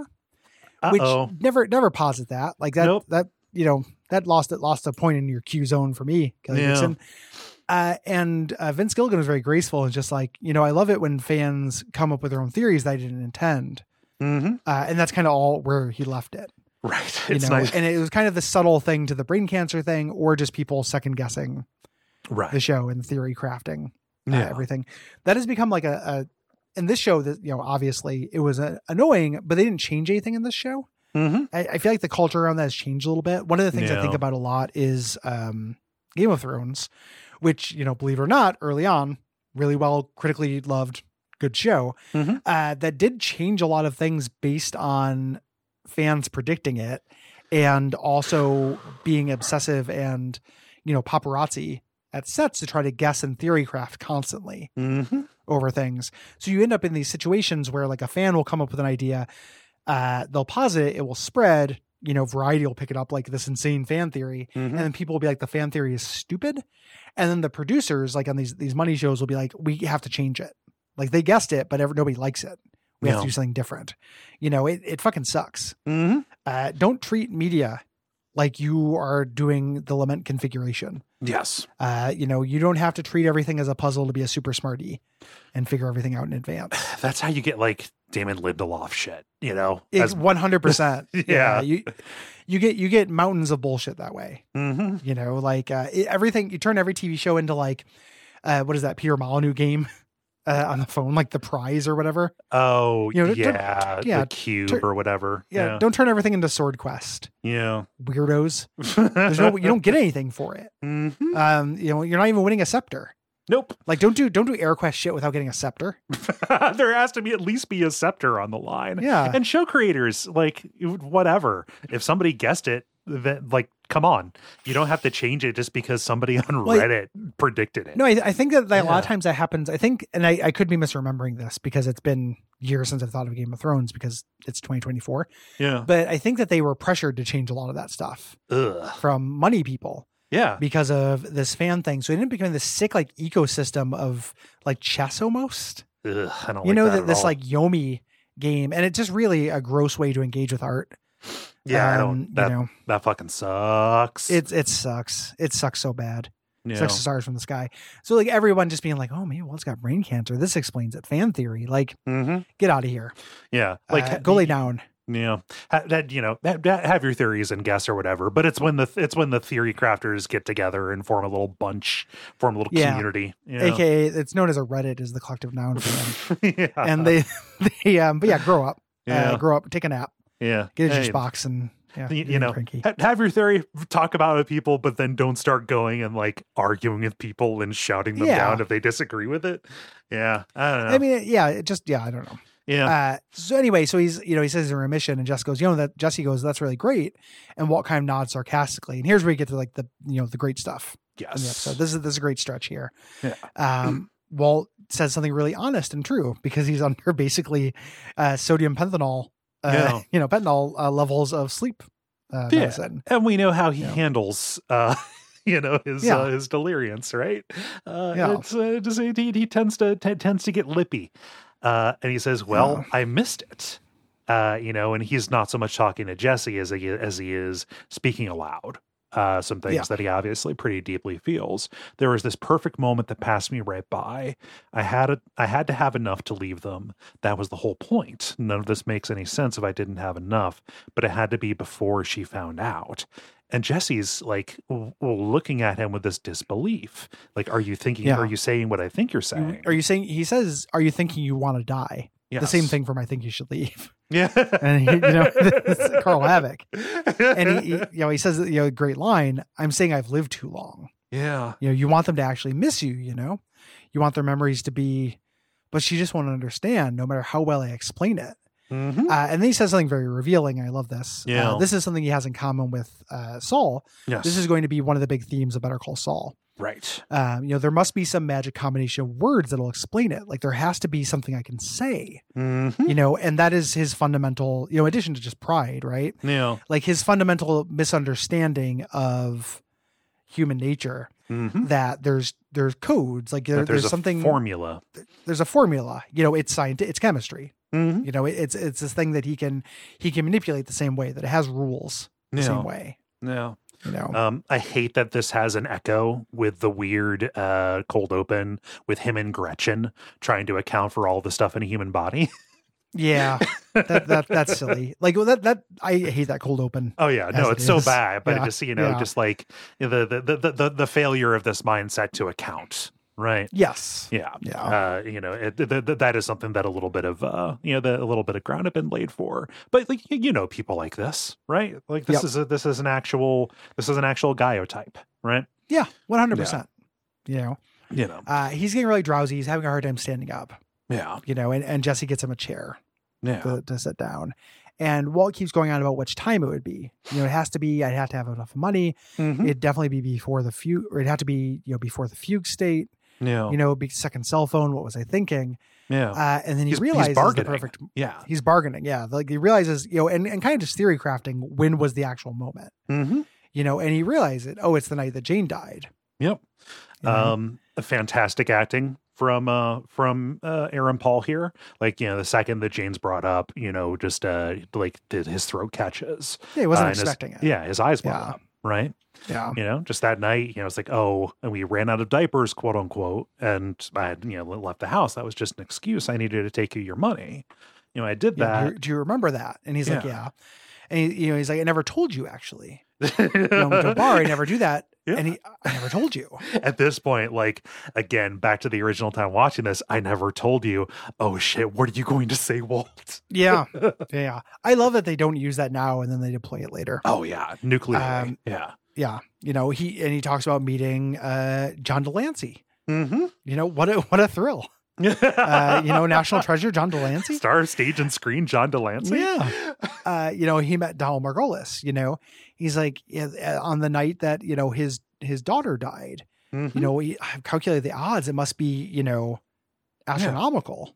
Uh-oh.
which never never posit that like that
Nope.
that you know that lost it lost a point in your Q zone for me Kelly
Yeah.
Dixon. Uh, and uh, Vince Gilligan was very graceful and just like, you know, I love it when fans come up with their own theories that I didn't intend.
Mm-hmm.
Uh, and that's kind of all where he left it.
Right.
You
It's
know?
nice.
And it was kind of the subtle thing to the brain cancer thing or just people second guessing
right.
the show and theory crafting uh,
yeah.
everything. That has become like a, a in this show that, you know, obviously it was uh, annoying, but they didn't change anything in this show.
mm-hmm.
I, I feel like the culture around that has changed a little bit. One of the things I think
Yeah.
about a lot is um, Game of Thrones, which you know, believe it or not, early on, really well critically loved, good show.
Mhm.
Uh, that did change a lot of things based on fans predicting it, and also being obsessive and you know paparazzi at sets to try to guess and theory craft constantly
Mm-hmm.
over things. So you end up in these situations where like a fan will come up with an idea, uh, they'll posit it, it will spread. You know, variety will pick it up like this insane fan theory,
Hmm.
and then people will be like, "The fan theory is stupid," and then the producers, like on these these money shows, will be like, "We have to change it." Like they guessed it, but ever, nobody likes it. We have
Yeah.
to do something different. You know, it it fucking sucks.
Mm-hmm.
Uh, don't treat media like you are doing the lament configuration.
Yes. [sighs]
Uh, you know, you don't have to treat everything as a puzzle to be a super smarty and figure everything out in advance.
That's how you get like Damon Lindelof shit, you know?
It's one hundred percent.
Yeah.
you you get you get mountains of bullshit that way.
mm-hmm.
You know, like uh, it- everything. You turn every TV show into like uh, what is that Peter Molyneux game [laughs] uh, on the phone, like the prize or whatever.
Oh,
You know, don't-
yeah.
yeah,
The cube
tur-
or whatever.
Yeah, don't turn everything into Sword Quest,
Yeah.
weirdos. There's
There's
no
[laughs]
you don't get anything for it.
hmm
Um, you know, you're not even winning a scepter.
Nope. [laughs]
Like, don't do don't do air quest shit without getting a scepter.
there has to be at least be a scepter on the line.
Yeah.
And show creators, like whatever. If somebody guessed it, that like come on. You don't have to change it just because somebody [laughs] on
Well,
Reddit predicted it.
No, I, I think that, that a lot of
Yeah.
times that happens. I think, and I, I could be misremembering this because it's been years since I've thought of Game of Thrones because it's 2024.
yeah.
but I think that they were pressured to change a lot of that stuff
Ugh.
from money people
Yeah.
because of this fan thing. So it ended up becoming this sick like ecosystem of like chess almost.
Ugh. I don't
you
like
know
that
that
at
this
all.
like Yomi game, and it's just really a gross way to engage with art.
Yeah, I
Um,
don't that,
you know,
that fucking sucks.
it it sucks. It sucks so bad.
you
Sucks the
know.
stars from the sky. So like everyone just being like, oh man, well it's got brain cancer. This explains it. Fan theory. Like
Mhm.
get out of here.
Yeah.
Like
Like
uh,
ha-
go lay down.
Yeah, ha, that you know, ha, ha- have your theories and guess or whatever. But it's when the it's when the theory crafters get together and form a little bunch, form a little
Yeah.
community. You know?
AKA it's known as a Reddit is the collective [laughs] noun for
[laughs]
them.
yeah.
and they uh, [laughs] they um but yeah, grow up.
Yeah.
uh, grow up, take a nap,
yeah,
get a
Hey,
juice box, and yeah,
y- You,
you're
know,
cranky.
ha- have your theory, talk about it, with people, but then don't start going and like arguing with people and shouting them
Yeah.
down if they disagree with it. Yeah, I don't know.
I mean, yeah, it just yeah, I don't know.
yeah,
Uh, so anyway, so he's you know he says he's in remission, and Jess goes, you know that Jesse goes, that's really great, and Walt kind of nods sarcastically, and here's where we get to like the you know the great stuff in the
yes,
episode. This is this is a great stretch here.
Yeah. [clears throat]
Um, Walt says something really honest and true because he's [laughs] under basically uh, sodium pentanol, uh,
Yeah.
you know pentanol uh, levels of sleep uh,
Yeah.
medicine.
and we know how he
Yeah.
handles uh [laughs] you know his
Yeah.
uh, his deliriums right uh
Yeah.
it's uh, just, he, he tends to t- tends to get lippy uh and he says well i missed it uh you know and he's not so much talking to jesse as he as he is speaking aloud uh, some things
Yeah.
that he obviously pretty deeply feels. There was this perfect moment that passed me right by. I had a, I had to have enough to leave them. That was the whole point. None of this makes any sense if I didn't have enough, but it had to be before she found out. And Jesse's like w- w- looking at him with this disbelief. Like, are you thinking?
Yeah.
Are you saying what I think you're saying?
Are you saying he says? Are you thinking you want to die?
Yes.
the same thing from I think you should
[laughs]
leave.
Yeah.
And he, you know, [laughs] it's Carl Havoc, and he, he- you know, he says, you know, great line. I'm saying I've lived too long.
[laughs] yeah.
You know, you want them to actually miss you. You know, you want their memories to be, but she just won't understand, no matter how well I explain it.
hmm
Uh, and then he says something very revealing. I love this. Uh,
Yeah.
this is something he has in common with uh, Saul.
Yes.
This is going to be one of the big themes of Better Call Saul.
right.
Um, you know, there must be some magic combination of words that'll explain it. Like there has to be something I can say
hmm
you know and that is his fundamental you know in addition to just pride right
Yeah.
like his fundamental misunderstanding of human nature
hmm
that there's there's codes like there, there's,
there's, a
something
formula.
there's a formula you know it's science it's chemistry
Mm-hmm.
you know it, it's it's this thing that he can he can manipulate the same way that it has rules the same way
No.
You know,
Um, I hate that this has an echo with the weird uh, cold open with him and Gretchen trying to account for all the stuff in a human body.
yeah, that, that that's silly. Like well, that that I hate that cold open.
[laughs] oh yeah, no,
As it
it's so
is.
bad, but
Yeah,
it just you know,
yeah.
just like the the, the the the the failure of this mindset to account, right?
Yes.
Yeah.
Yeah.
Uh, you know, it, th- th- that is something that a little bit of, uh, you know, the, a little bit of ground had been laid for. But like, you you know, people like this, right? Like this
Yep.
is a, this is an actual this is an actual gaiotype, right?
yeah. One hundred percent. You know,
You know,
uh, he's getting really drowsy. He's having a hard time standing up.
yeah,
You know, and, and Jesse gets him a chair
yeah.
to, to sit down. And Walt keeps going on about which time it would be. You know, it has to be. I'd have to have enough money.
Mhm.
It'd definitely be before the fugue, or it'd have to be you know before the fugue state.
Yeah.
You know, be second cell phone. What was I thinking?
yeah.
Uh, and then he
He's- he's
realizes the
bargaining.
perfect.
yeah.
He's bargaining. Yeah, like he realizes you know, and, and kind of just theory crafting. When was the actual moment?
Mm-hmm.
You know, and he realizes it. Oh, it's the night that Jane died.
Yep.
You know?
Um, fantastic acting from uh from uh Aaron Paul here. Like, you know, the second that Jane's brought up, you know, just uh like did his throat catches.
yeah, he wasn't
uh, and his-
expecting it.
Yeah, his eyes went
Yeah. Um,
up, right?
yeah.
You know, just that night, you know, it's like, oh, and we ran out of diapers, quote unquote, and I had, you know, left the house. That was just an excuse. I needed to take you your money. You know, I did
you know, do,
that.
you, do you remember that? And he's like,
Yeah.
yeah. And he, you know, he's like, I never told you
[laughs]
actually. You know, I'm to a bar, I never do that.
Yeah.
And he, I never told you.
at this point, like again, back to the original time watching this, I never told you. Oh shit, what are you going to say, Walt? [laughs]
Yeah, yeah. I love that they don't use that now and then they deploy it later.
Oh yeah, nuclear.
Um,
yeah.
Yeah, you know, he and he talks about meeting uh, John Delancey.
[laughs] Mm-hmm.
You know what? A, what a thrill. Uh, you know,
[laughs]
national treasure John Delancey.
star stage and screen John Delancey.
Yeah. Uh, you know, he met Donald Margolis. You know, he's like yeah, uh, on the night that you know his his daughter died.
Mhm.
you know, we- I've calculated the odds. It must be, you know, astronomical.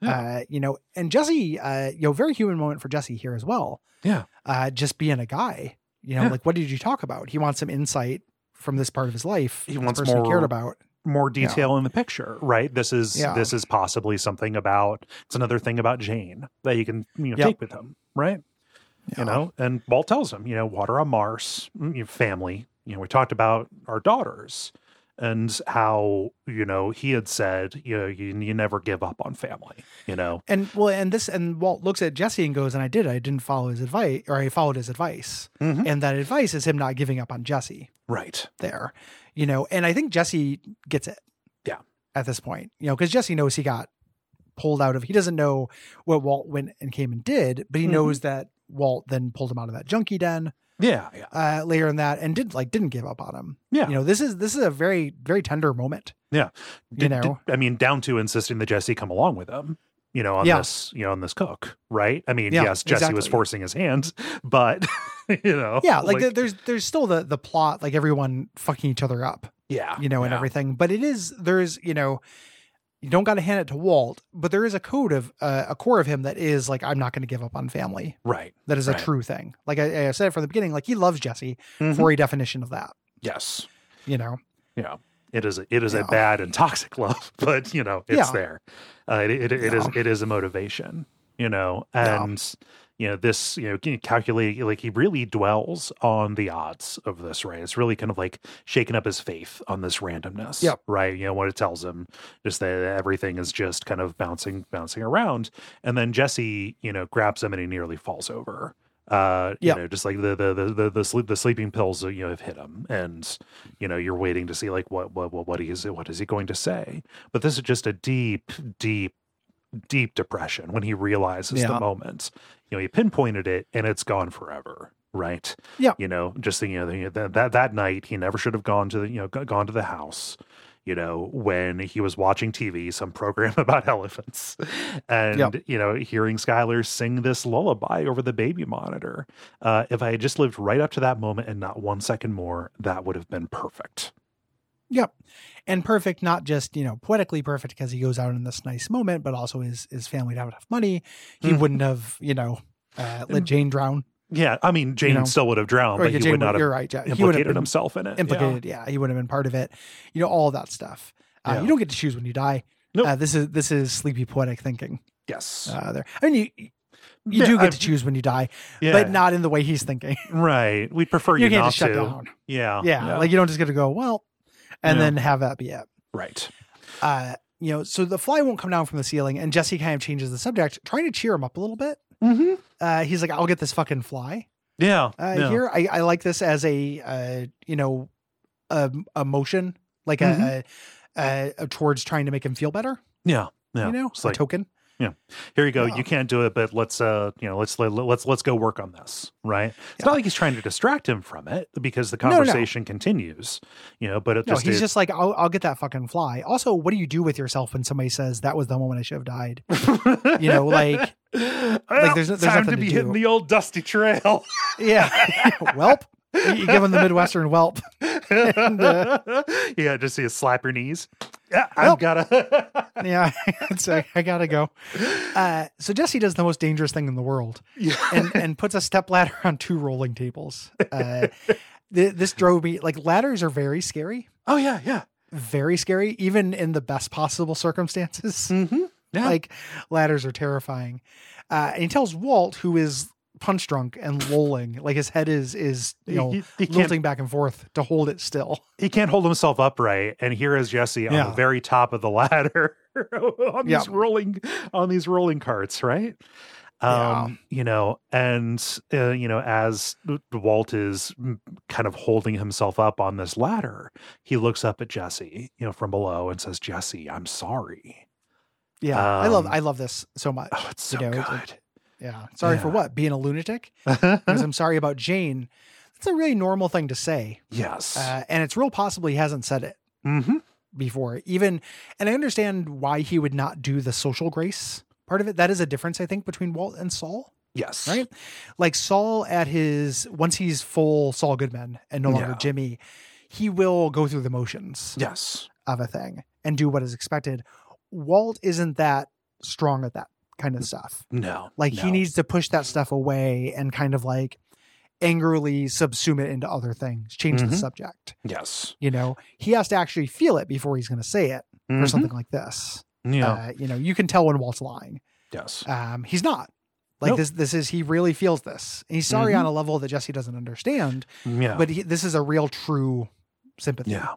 Yeah.
Uh, you know, and Jesse, uh, you know, very human moment for Jesse here as well.
Yeah.
Uh, just being a guy, you know,
Yeah.
like what did you talk about? He wants some insight from this part of his life.
He
this
wants
person
more-
cared about.
More detail in the picture, right? This is
Yeah.
this is possibly something about it's another thing about Jane that you can you know
Yep.
take with him, right?
Yeah.
You know, and Walt tells him, you know, water on Mars, mm, your family. You know, we talked about our daughters and how, you know, he had said, you know, you, you never give up on family, you know?
And well, and this, and Walt looks at Jesse and goes, and I did, I didn't follow his advice or I followed his advice.
Mhm.
And that advice is him not giving up on Jesse.
Right.
there, you know. And I think Jesse gets it.
Yeah.
At this point, you know, because Jesse knows he got pulled out of. He doesn't know what Walt went and came and did, but he
Mhm.
knows that Walt then pulled him out of that junkie den
Yeah. Yeah.
uh, later in that, and did like didn't give up on him.
Yeah.
You know, this is this is a very very tender moment. you
d- d-
know?
I mean, down to insisting that Jesse come along with them. You know, on
Yeah.
this, you know, on this cook, right? I mean,
Yeah,
yes, Jesse was
exactly.
forcing his hand, [laughs] but you know,
Yeah, like, there- there's there's still the the plot, like everyone fucking each other up,
yeah,
you know, and
yeah.
everything. But it is there is you know. You don't got to hand it to Walt, but there is a code of uh, a core of him that is like, I'm not going to give up on family.
right?
That is
Right.
a true thing. Like I, I said from the beginning, like he loves Jesse
Mhm.
for a definition of that,
Yes,
you know?
yeah. It is. It is
Yeah.
a bad and toxic [laughs] love, but you know, it's
Yeah.
there. Uh, it it, it is
Yeah.
It is a motivation. You know,
Yeah.
and you know this. You know, can you calculate like he really dwells on the odds of this. Right. It's really kind of like shaking up his faith on this randomness.
Yep.
Right. You know what it tells him, just that everything is just kind of bouncing, bouncing around, and then Jesse, you know, grabs him and he nearly falls over. Uh,
Yep.
you know, just like the the the the the, sleep, the sleeping pills, you know, have hit him, and you know you're waiting to see like what what what what he is what is he going to say but this is just a deep deep deep depression when he realizes
Yeah.
the moment you know he pinpointed it and it's gone forever right
Yeah.
you know just you know the, the, that that night he never should have gone to the you know g- gone to the house you know when he was watching tv some program [laughs] about elephants and
Yep.
you know hearing skylar sing this lullaby over the baby monitor uh, if i had just lived right up to that moment and not one second more that would have been perfect
Yep. And perfect, not just, you know, poetically perfect because he goes out in this nice moment, but also his, his family would have enough money. He
Mhm.
wouldn't have, you know, uh, let Jane drown.
Yeah, I mean, Jane
know?
still would have drowned,
Or
but he
Jane
would not
you're
have
right. Yeah. He would have
implicated
been
himself in it.
implicated. Yeah. He would have been part of it. You know, all that stuff. Uh,
Yeah.
You don't get to choose when you die.
Nope.
Uh, this is this is sleepy poetic thinking
Yeah. Yes.
uh, there. I mean, you, You
Yeah,
do get
I-
to choose when you die,
Yeah.
but not in the way he's thinking.
right. We'd prefer
you
you,
can't
not
just shut
to. Oh,
down.
Yeah.
Yeah, like you don't just get to go well, and
Yeah.
then have that be it.
right.
Uh, you know, so the fly won't come down from the ceiling, and Jesse kind of changes the subject, trying to cheer him up a little bit.
Mm-hmm.
Uh, he's like, "I'll get this fucking fly."
Yeah.
uh,
yeah.
here I, I like this as a uh, you know a, a motion like
Mm-hmm.
a, a, a, towards trying to make him feel better
Yeah. Yeah.
you know
It's
a
like,
token
here you go.
Yeah.
You can't do it, but let's uh, you know, let's let, let's let's go work on this, right? It's not like he's trying to distract him from it because the
No, no.
conversation continues, you know. But it
no
just,
he's
it-
just like I'll, I'll get that fucking fly also what do you do with yourself when somebody says that was the moment i should have died
[laughs]
you know like
Well,
there's no- there's nothing
time to
to
be
do.
hitting the old dusty trail.
yeah [laughs] welp you you give him
[laughs]
the midwestern welp uh,
yeah, just you slap your knees. Yeah,
Well. [laughs]
I've gotta.
yeah it's like i gotta go uh, so jesse does the most dangerous thing in the world
Yeah.
and and puts a step ladder on two rolling tables. Uh, th- this drove me like ladders are very scary,
[laughs] oh yeah, yeah.
very scary, even in the best possible circumstances. [laughs]
Mm-hmm. Yeah.
Like ladders are terrifying. Uh, and he tells Walt, who is punch drunk and
[laughs]
lolling, like his head is is you know
he, he can't
lilting back and forth to hold it still. [laughs]
he can't hold himself upright, and here is Jesse on
Yeah.
the very top of the ladder [laughs] on
Yeah.
these rolling on these rolling carts, right? Um, you know, and uh, you know, as Walt is mm, kind of holding himself up on this ladder, he looks up at Jesse, you know, from below, and says, "Jesse, I'm sorry."
Yeah, I love
Um,
I love this so
[laughs]
much.
Oh, it's so
You know, it's-
good.
Yeah, sorry for
yeah.
what being a lunatic [laughs] because I'm sorry about Jane. That's a really normal thing to say,
yes.
uh, and it's real possible he hasn't said it.
mm-hmm.
before even and i understand why he would not do the social grace part of it that is a difference i think between walt and saul
Yes.
right like saul at his once he's full saul goodman and no longer
Yeah.
jimmy he will go through the motions
Yes.
of a thing and do what is expected walt isn't that strong at that kind of stuff
No.
like he
no.
needs to push that stuff away and kind of like angrily subsume it into other things change the
Mhm.
subject
Yes.
you know he has to actually feel it before he's going to say it or something like this.
Mhm. Mm-hmm. Yeah.
Uh, you know, you can tell when Walt's lying.
yes.
Um, he's not. Like
Nope. Mm-hmm.
this, this is he really feels this. And he's sorry on a level that Jesse doesn't understand,
Yeah.
but he, this is a real true sympathy.
Yeah.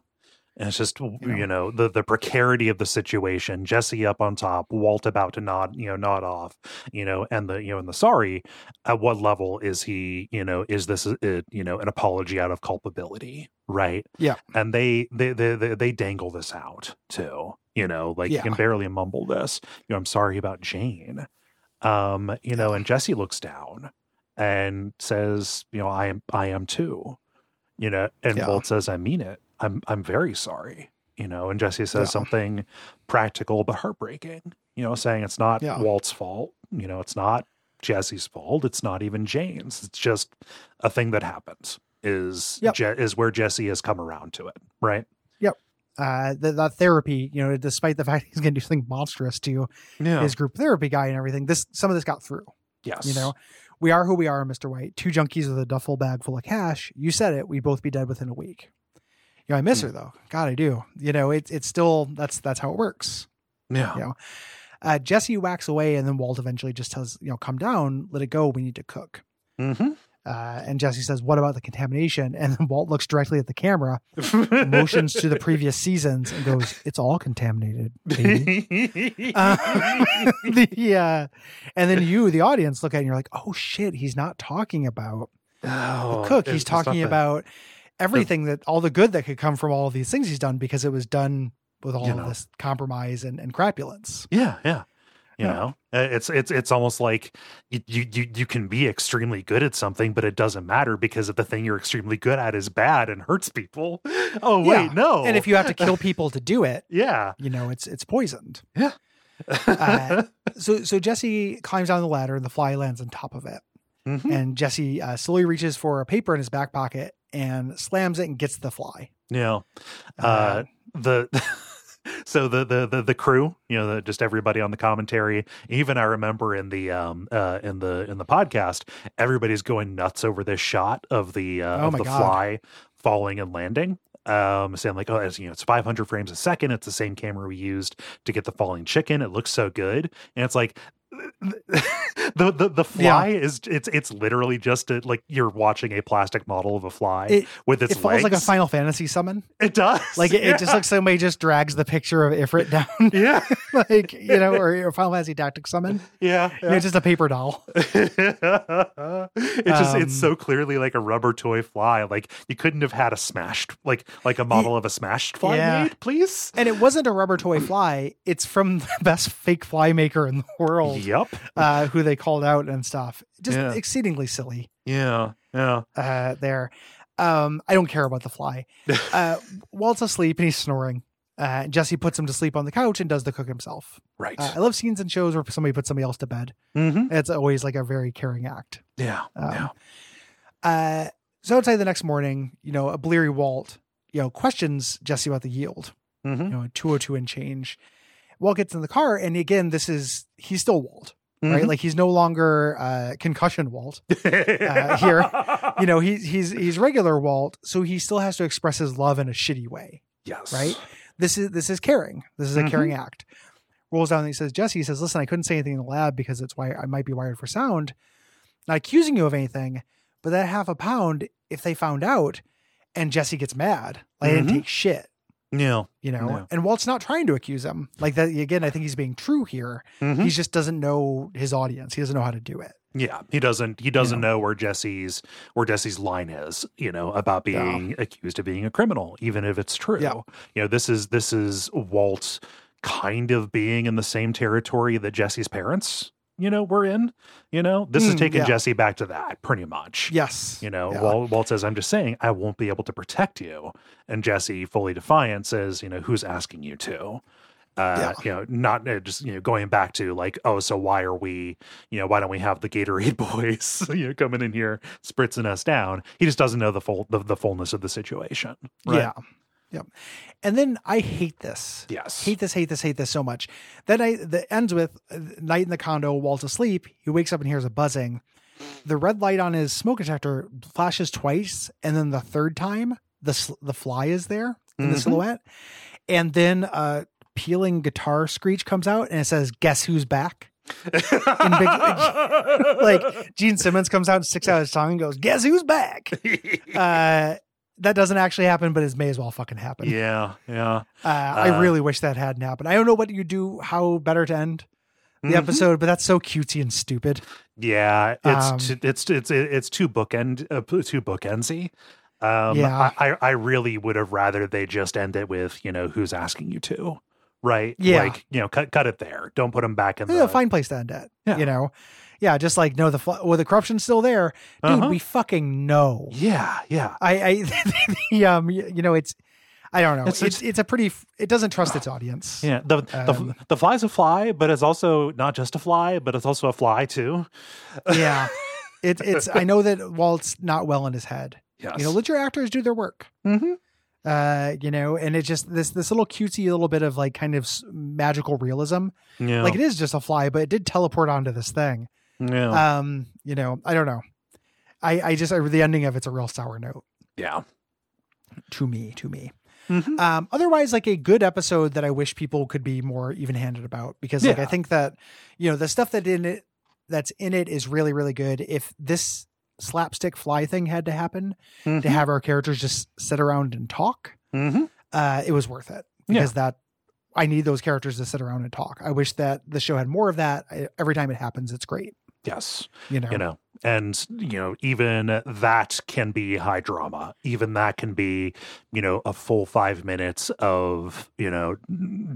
And it's just w-
know?
you know the the precarity of the situation. Jesse up on top, Walt about to nod you know nod off, you know, and the you know and the sorry. At what level is he? You know, is this a, a- you know an apology out of culpability? Right.
Yeah.
And they they they they, they dangle this out too. You know, like
Yeah.
you can barely mumble this. You know, I'm sorry about Jane. Um, you know, and Jesse looks down and says, you know, I am I am too. You know, and
Yeah.
Walt says, I mean it. I'm I'm very sorry. You know, and Jesse says
Yeah.
something practical but heartbreaking, you know, saying it's not
Yeah.
Walt's fault, you know, it's not Jesse's fault, it's not even Jane's. It's just a thing that happens is
Yep.
Je- is where Jesse has come around to it, right?
Uh, the, that therapy, you know, despite the [laughs] fact he's going to do something monstrous to
Yeah.
his group therapy guy and everything, this some of this got through.
yes.
You know, we are who we are, Mr. White. Two junkies with a duffel bag full of cash. You said it. We'd both be dead within a week. You know, I miss
Hmm.
her though. God, I do. You know, it's it's still that's that's how it works.
Yeah.
Yeah. Uh, Jesse whacks away, and then Walt eventually just tells you know, "Come down, let it go. We need to cook." Uh, and Jesse says, "What about the contamination?" And then Walt looks directly at the camera,
Mm-hmm. [laughs]
motions to the previous seasons, and goes, "It's all contaminated."
[laughs]
baby." [laughs] Uh, the uh, and then you, the audience, look at it and you're like, "Oh shit, he's not talking about the
Oh,
cook.
it-
He's
it's not
talking
the-
about everything that all the good that could come from all of these things he's done because it was done with all
You
of
know.
this compromise and, and crapulence."
Yeah, yeah. You
Yeah.
know, Uh, it's it's it's almost like y- you you you can be extremely good at something, but it doesn't matter because if the thing you're extremely good at is bad and hurts people. [laughs] Oh wait,
Yeah.
no.
And if you have to
[laughs]
kill people to do it,
yeah,
you know, it's it's poisoned. Uh,
[laughs] Mhm.
So so Jesse climbs down the ladder and the fly lands on top of it.
Mm-hmm. Hmm.
And Jesse uh, slowly reaches for a paper in his back pocket and slams it and gets the fly.
yeah, uh, the. [laughs] So the, the the the crew, you know, the, just everybody on the commentary. Even I remember in the um uh in the in the podcast, everybody's going nuts over this shot of the uh,
Oh
of
my
the
God.
fly falling and landing. um saying like oh it's you know it's 500 frames a second it's the same camera we used to get the falling chicken it looks so good and it's like [laughs] the the, the fly is it's it's literally just a, like you're watching a plastic model of a fly
It-
with its
It falls like a
legs.
Final Fantasy summon.
it does.
Like it,
[laughs] yeah.
it just looks like somebody just drags the picture of Ifrit [laughs] down,
yeah,
like you know, or, or Final Fantasy Tactics
[laughs]
summon.
yeah.
You know, just a paper doll.
it's just it's
Um,
so clearly like a rubber toy fly. Like you couldn't have had a smashed like like a model of a smashed fly
Yeah.
made, please.
And it wasn't a rubber toy fly. It's from the [laughs] best fake fly maker in the world,
Yep.
uh, who they called out and stuff. Just
Yeah.
exceedingly silly.
Yeah. Yeah.
uh, there. Um, I don't care about the fly. Uh, Walt's asleep and he's snoring. Uh, Jesse puts him to sleep on the couch and does the cook himself.
Right.
Uh, I love scenes and shows where somebody puts somebody else to bed.
mm-hmm.
It's always like a very caring act.
Yeah.
Um,
yeah.
Uh, so outside the next morning, you know, a bleary Walt, you know, questions Jesse about the yield,
Mm-hmm.
you know, 202 and change. Walt gets in the car, and again, this is he's still Walt,
Mm-hmm.
right? Like he's no longer uh, concussion Walt. uh,
[laughs]
here, You know, he's he's he's regular Walt, so he still has to express his love in a shitty way.
yes.
right? this is this is caring. This is a caring
Mm-hmm.
act. Rolls down and he says, Jesse he says, listen, I couldn't say anything in the lab because it's why I might be wired for sound. Not accusing you of anything, but that half a pound, if they found out, and Jesse gets mad, like I
Mhm.
didn't take shit,
Yeah.
you know.
No.
And Walt's not trying to accuse him. Like that again, I think he's being true here.
Mhm.
He just doesn't know his audience. He doesn't know how to do it.
Yeah. He doesn't he doesn't know where Jesse's where Jesse's line is, you know, about
Yeah.
being accused of being a criminal, even if it's true.
Yeah.
You know, this is this is Walt kind of being in the same territory that Jesse's parents, you know, were in. You know, this is
Mm,
taking
yeah.
Jesse back to that pretty much.
Yes.
You know,
Yeah.
Walt, Walt says, I'm just saying, I won't be able to protect you. And Jesse, fully defiant, says, you know, who's asking you to? Uh,
Yeah.
You know, not uh, just, you know, going back to like, oh, so why are we, you know, why don't we have the Gatorade [laughs] boys, you know, coming in here, spritzing us down? He just doesn't know the full, the, the fullness of the situation. Right.
Yeah. Yep. And then I hate this.
Yes. [laughs]
hate this, hate this, hate this so much. Then I that ends with uh, night in the condo, Walt's asleep. He wakes up and hears a buzzing. The red light on his smoke detector flashes twice, and then the third time, the sl- the fly is there in the
Mhm.
silhouette, and then a peeling guitar screech comes out and it says, "Guess who's back." Like Gene Simmons comes out and sticks out his tongue and goes, "Guess who's back." Uh, that doesn't actually happen, but it may as well fucking happen.
[laughs] yeah. Yeah.
Uh, I
Uh,
really wish that hadn't happened. I don't know what you do, how better to end the
Mhm.
episode, but that's so cutesy and stupid.
Yeah, it's
Um,
t- it's it's it's too bookend uh, p- too bookendsy. Um,
Yeah.
I, I I really would have rather they just end it with you know who's asking you to, right?
Yeah.
like you know cut cut it there. Don't put them back in
It's a
the
fine place to end it.
Yeah.
You know, yeah, just like no, the fl- well, the corruption's still there, dude.
Uh-huh.
We fucking know.
yeah yeah.
I, [laughs] I the, um, y- you know, it's, I don't know.
It's-
It's it's, a pretty. f- It doesn't trust its audience.
Yeah, the the,
Um,
the fly's a fly, but it's also not just a fly, but it's also a fly too.
[laughs] yeah. It, it's. I know that Walt's not well in his head.
Yes,
You know, let your actors do their work.
mm-hmm.
Uh, you know, and it just this this little cutesy little bit of like kind of s- magical realism
yeah,
like it is just a fly but it did teleport onto this thing
yeah,
um you know i don't know i i just I, the ending of it's a real sour note
yeah.
to me to me
Mhm.
um otherwise like a good episode that i wish people could be more even handed about because like
Yeah.
i think that you know the stuff that in it that's in it is really really good if this slapstick fly thing had to happen to
Mhm.
have our characters just sit around and talk
Mhm.
uh, it was worth it
Yeah.
because that I need those characters to sit around and talk. I wish that the show had more of that. I, every time it happens, it's great.
Yes,
You know,
you know and you know even that can be high drama even that can be you know a full five minutes of you know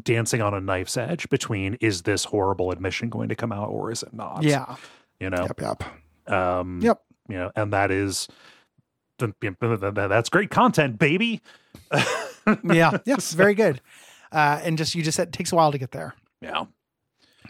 dancing on a knife's edge between is this horrible admission going to come out or is it not
yeah,
you know
yep, yep,
um
Yep.
you know and that is th- th- th- th- that's great
[laughs]
content baby
yeah, yes, very good. Uh, and just you just said it takes a while to get there.
yeah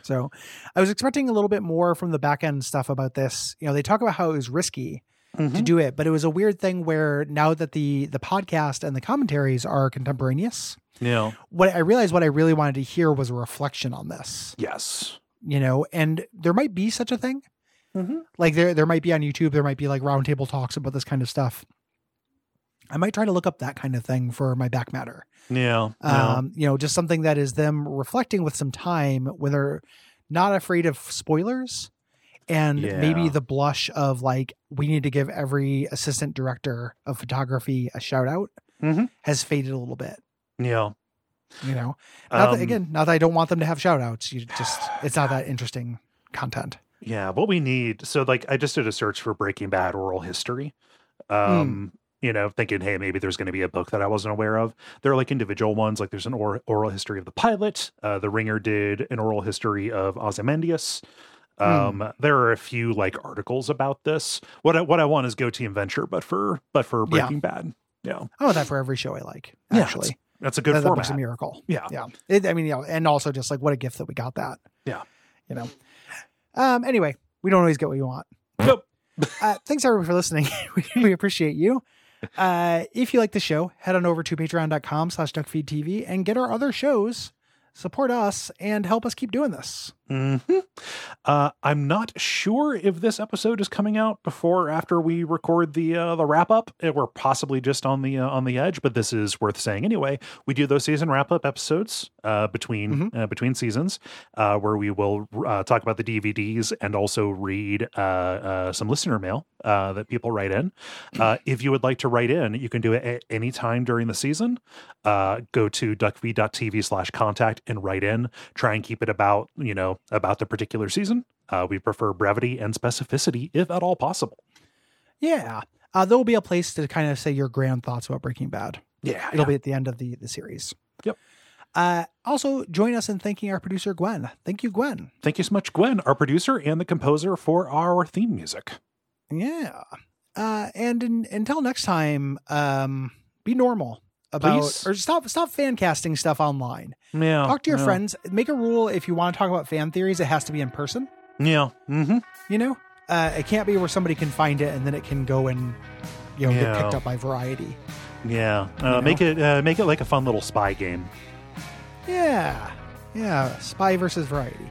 So I was expecting a little bit more from the back end stuff about this. You know, they talk about how it was risky
Mm-hmm.
to do it, but it was a weird thing where now that the the podcast and the commentaries are contemporaneous,
yeah
what I realized what I really wanted to hear was a reflection on this.
yes
You know, and there might be such a thing.
mm-hmm.
like there there might be on YouTube, there might be like roundtable talks about this kind of stuff. I might try to look up that kind of thing for my back matter.
yeah yeah.
Um, you know, just something that is them reflecting with some time when they're not afraid of spoilers and
Yeah.
maybe the blush of like we need to give every assistant director of photography a shout out
Mhm.
has faded a little bit
Yeah.
you know not
Um,
that, again not that i don't want them to have shout outs you just it's not that interesting content
Yeah, what we need. So, like, I just did a search for Breaking Bad oral history.
Mm.
Um, you know, thinking, hey, maybe there's going to be a book that I wasn't aware of. There are like individual ones. Like, there's an or- oral history of the pilot. Uh, the Ringer did an oral history of Ozymandias.
Mm.
Um, there are a few like articles about this. What I, what I want is GoTeam Venture, but for but for
Yeah.
Breaking Bad. Yeah,
i want that for every show i like
Yeah,
actually
that's a good
that, that book's a
format.
miracle
yeah,
yeah it, i mean you know, and also just like what a gift that we got that
Yeah.
you know um anyway we don't always get what we want
Nope.
[laughs] uh, thanks everyone for listening [laughs] we, we appreciate you uh if you like the show head on over to patreon.com slash duckfeedtv and get our other shows support us and help us keep doing this
hmm Uh, I'm not sure if this episode is coming out before or after we record the uh, the wrap up. Uh, We're possibly just on the uh, on the edge, but this is worth saying anyway. We do those season wrap up episodes uh, between uh, between seasons, uh, where we will uh, talk about the DVDs and also read uh, uh, some listener mail uh, that people write in. Uh, if you would like to write in, you can do it at any time during the season. Uh, go to duckv.tv slash contact and write in. Try and keep it about, you know, about the particular season. Uh, we prefer brevity and specificity if at all possible.
yeah uh, there will be a place to kind of say your grand thoughts about breaking bad
Yeah.
it'll be at the end of the the series
Yep.
uh also join us in thanking our producer gwen thank you gwen
Thank you so much, Gwen, our producer and the composer for our theme music.
Yeah. Uh, and in, until next time, um, be normal about
Please. Oh,
or stop stop fan casting stuff online.
Yeah.
talk to your
yeah,
friends. Make a rule if you want to talk about fan theories, it has to be in person.
Yeah. Mm-hmm.
You know, uh, it can't be where somebody can find it and then it can go and you know get
Yeah.
picked up by Variety.
Yeah. Uh, make it uh, make it like a fun little spy game.
Yeah, yeah. Spy versus Variety.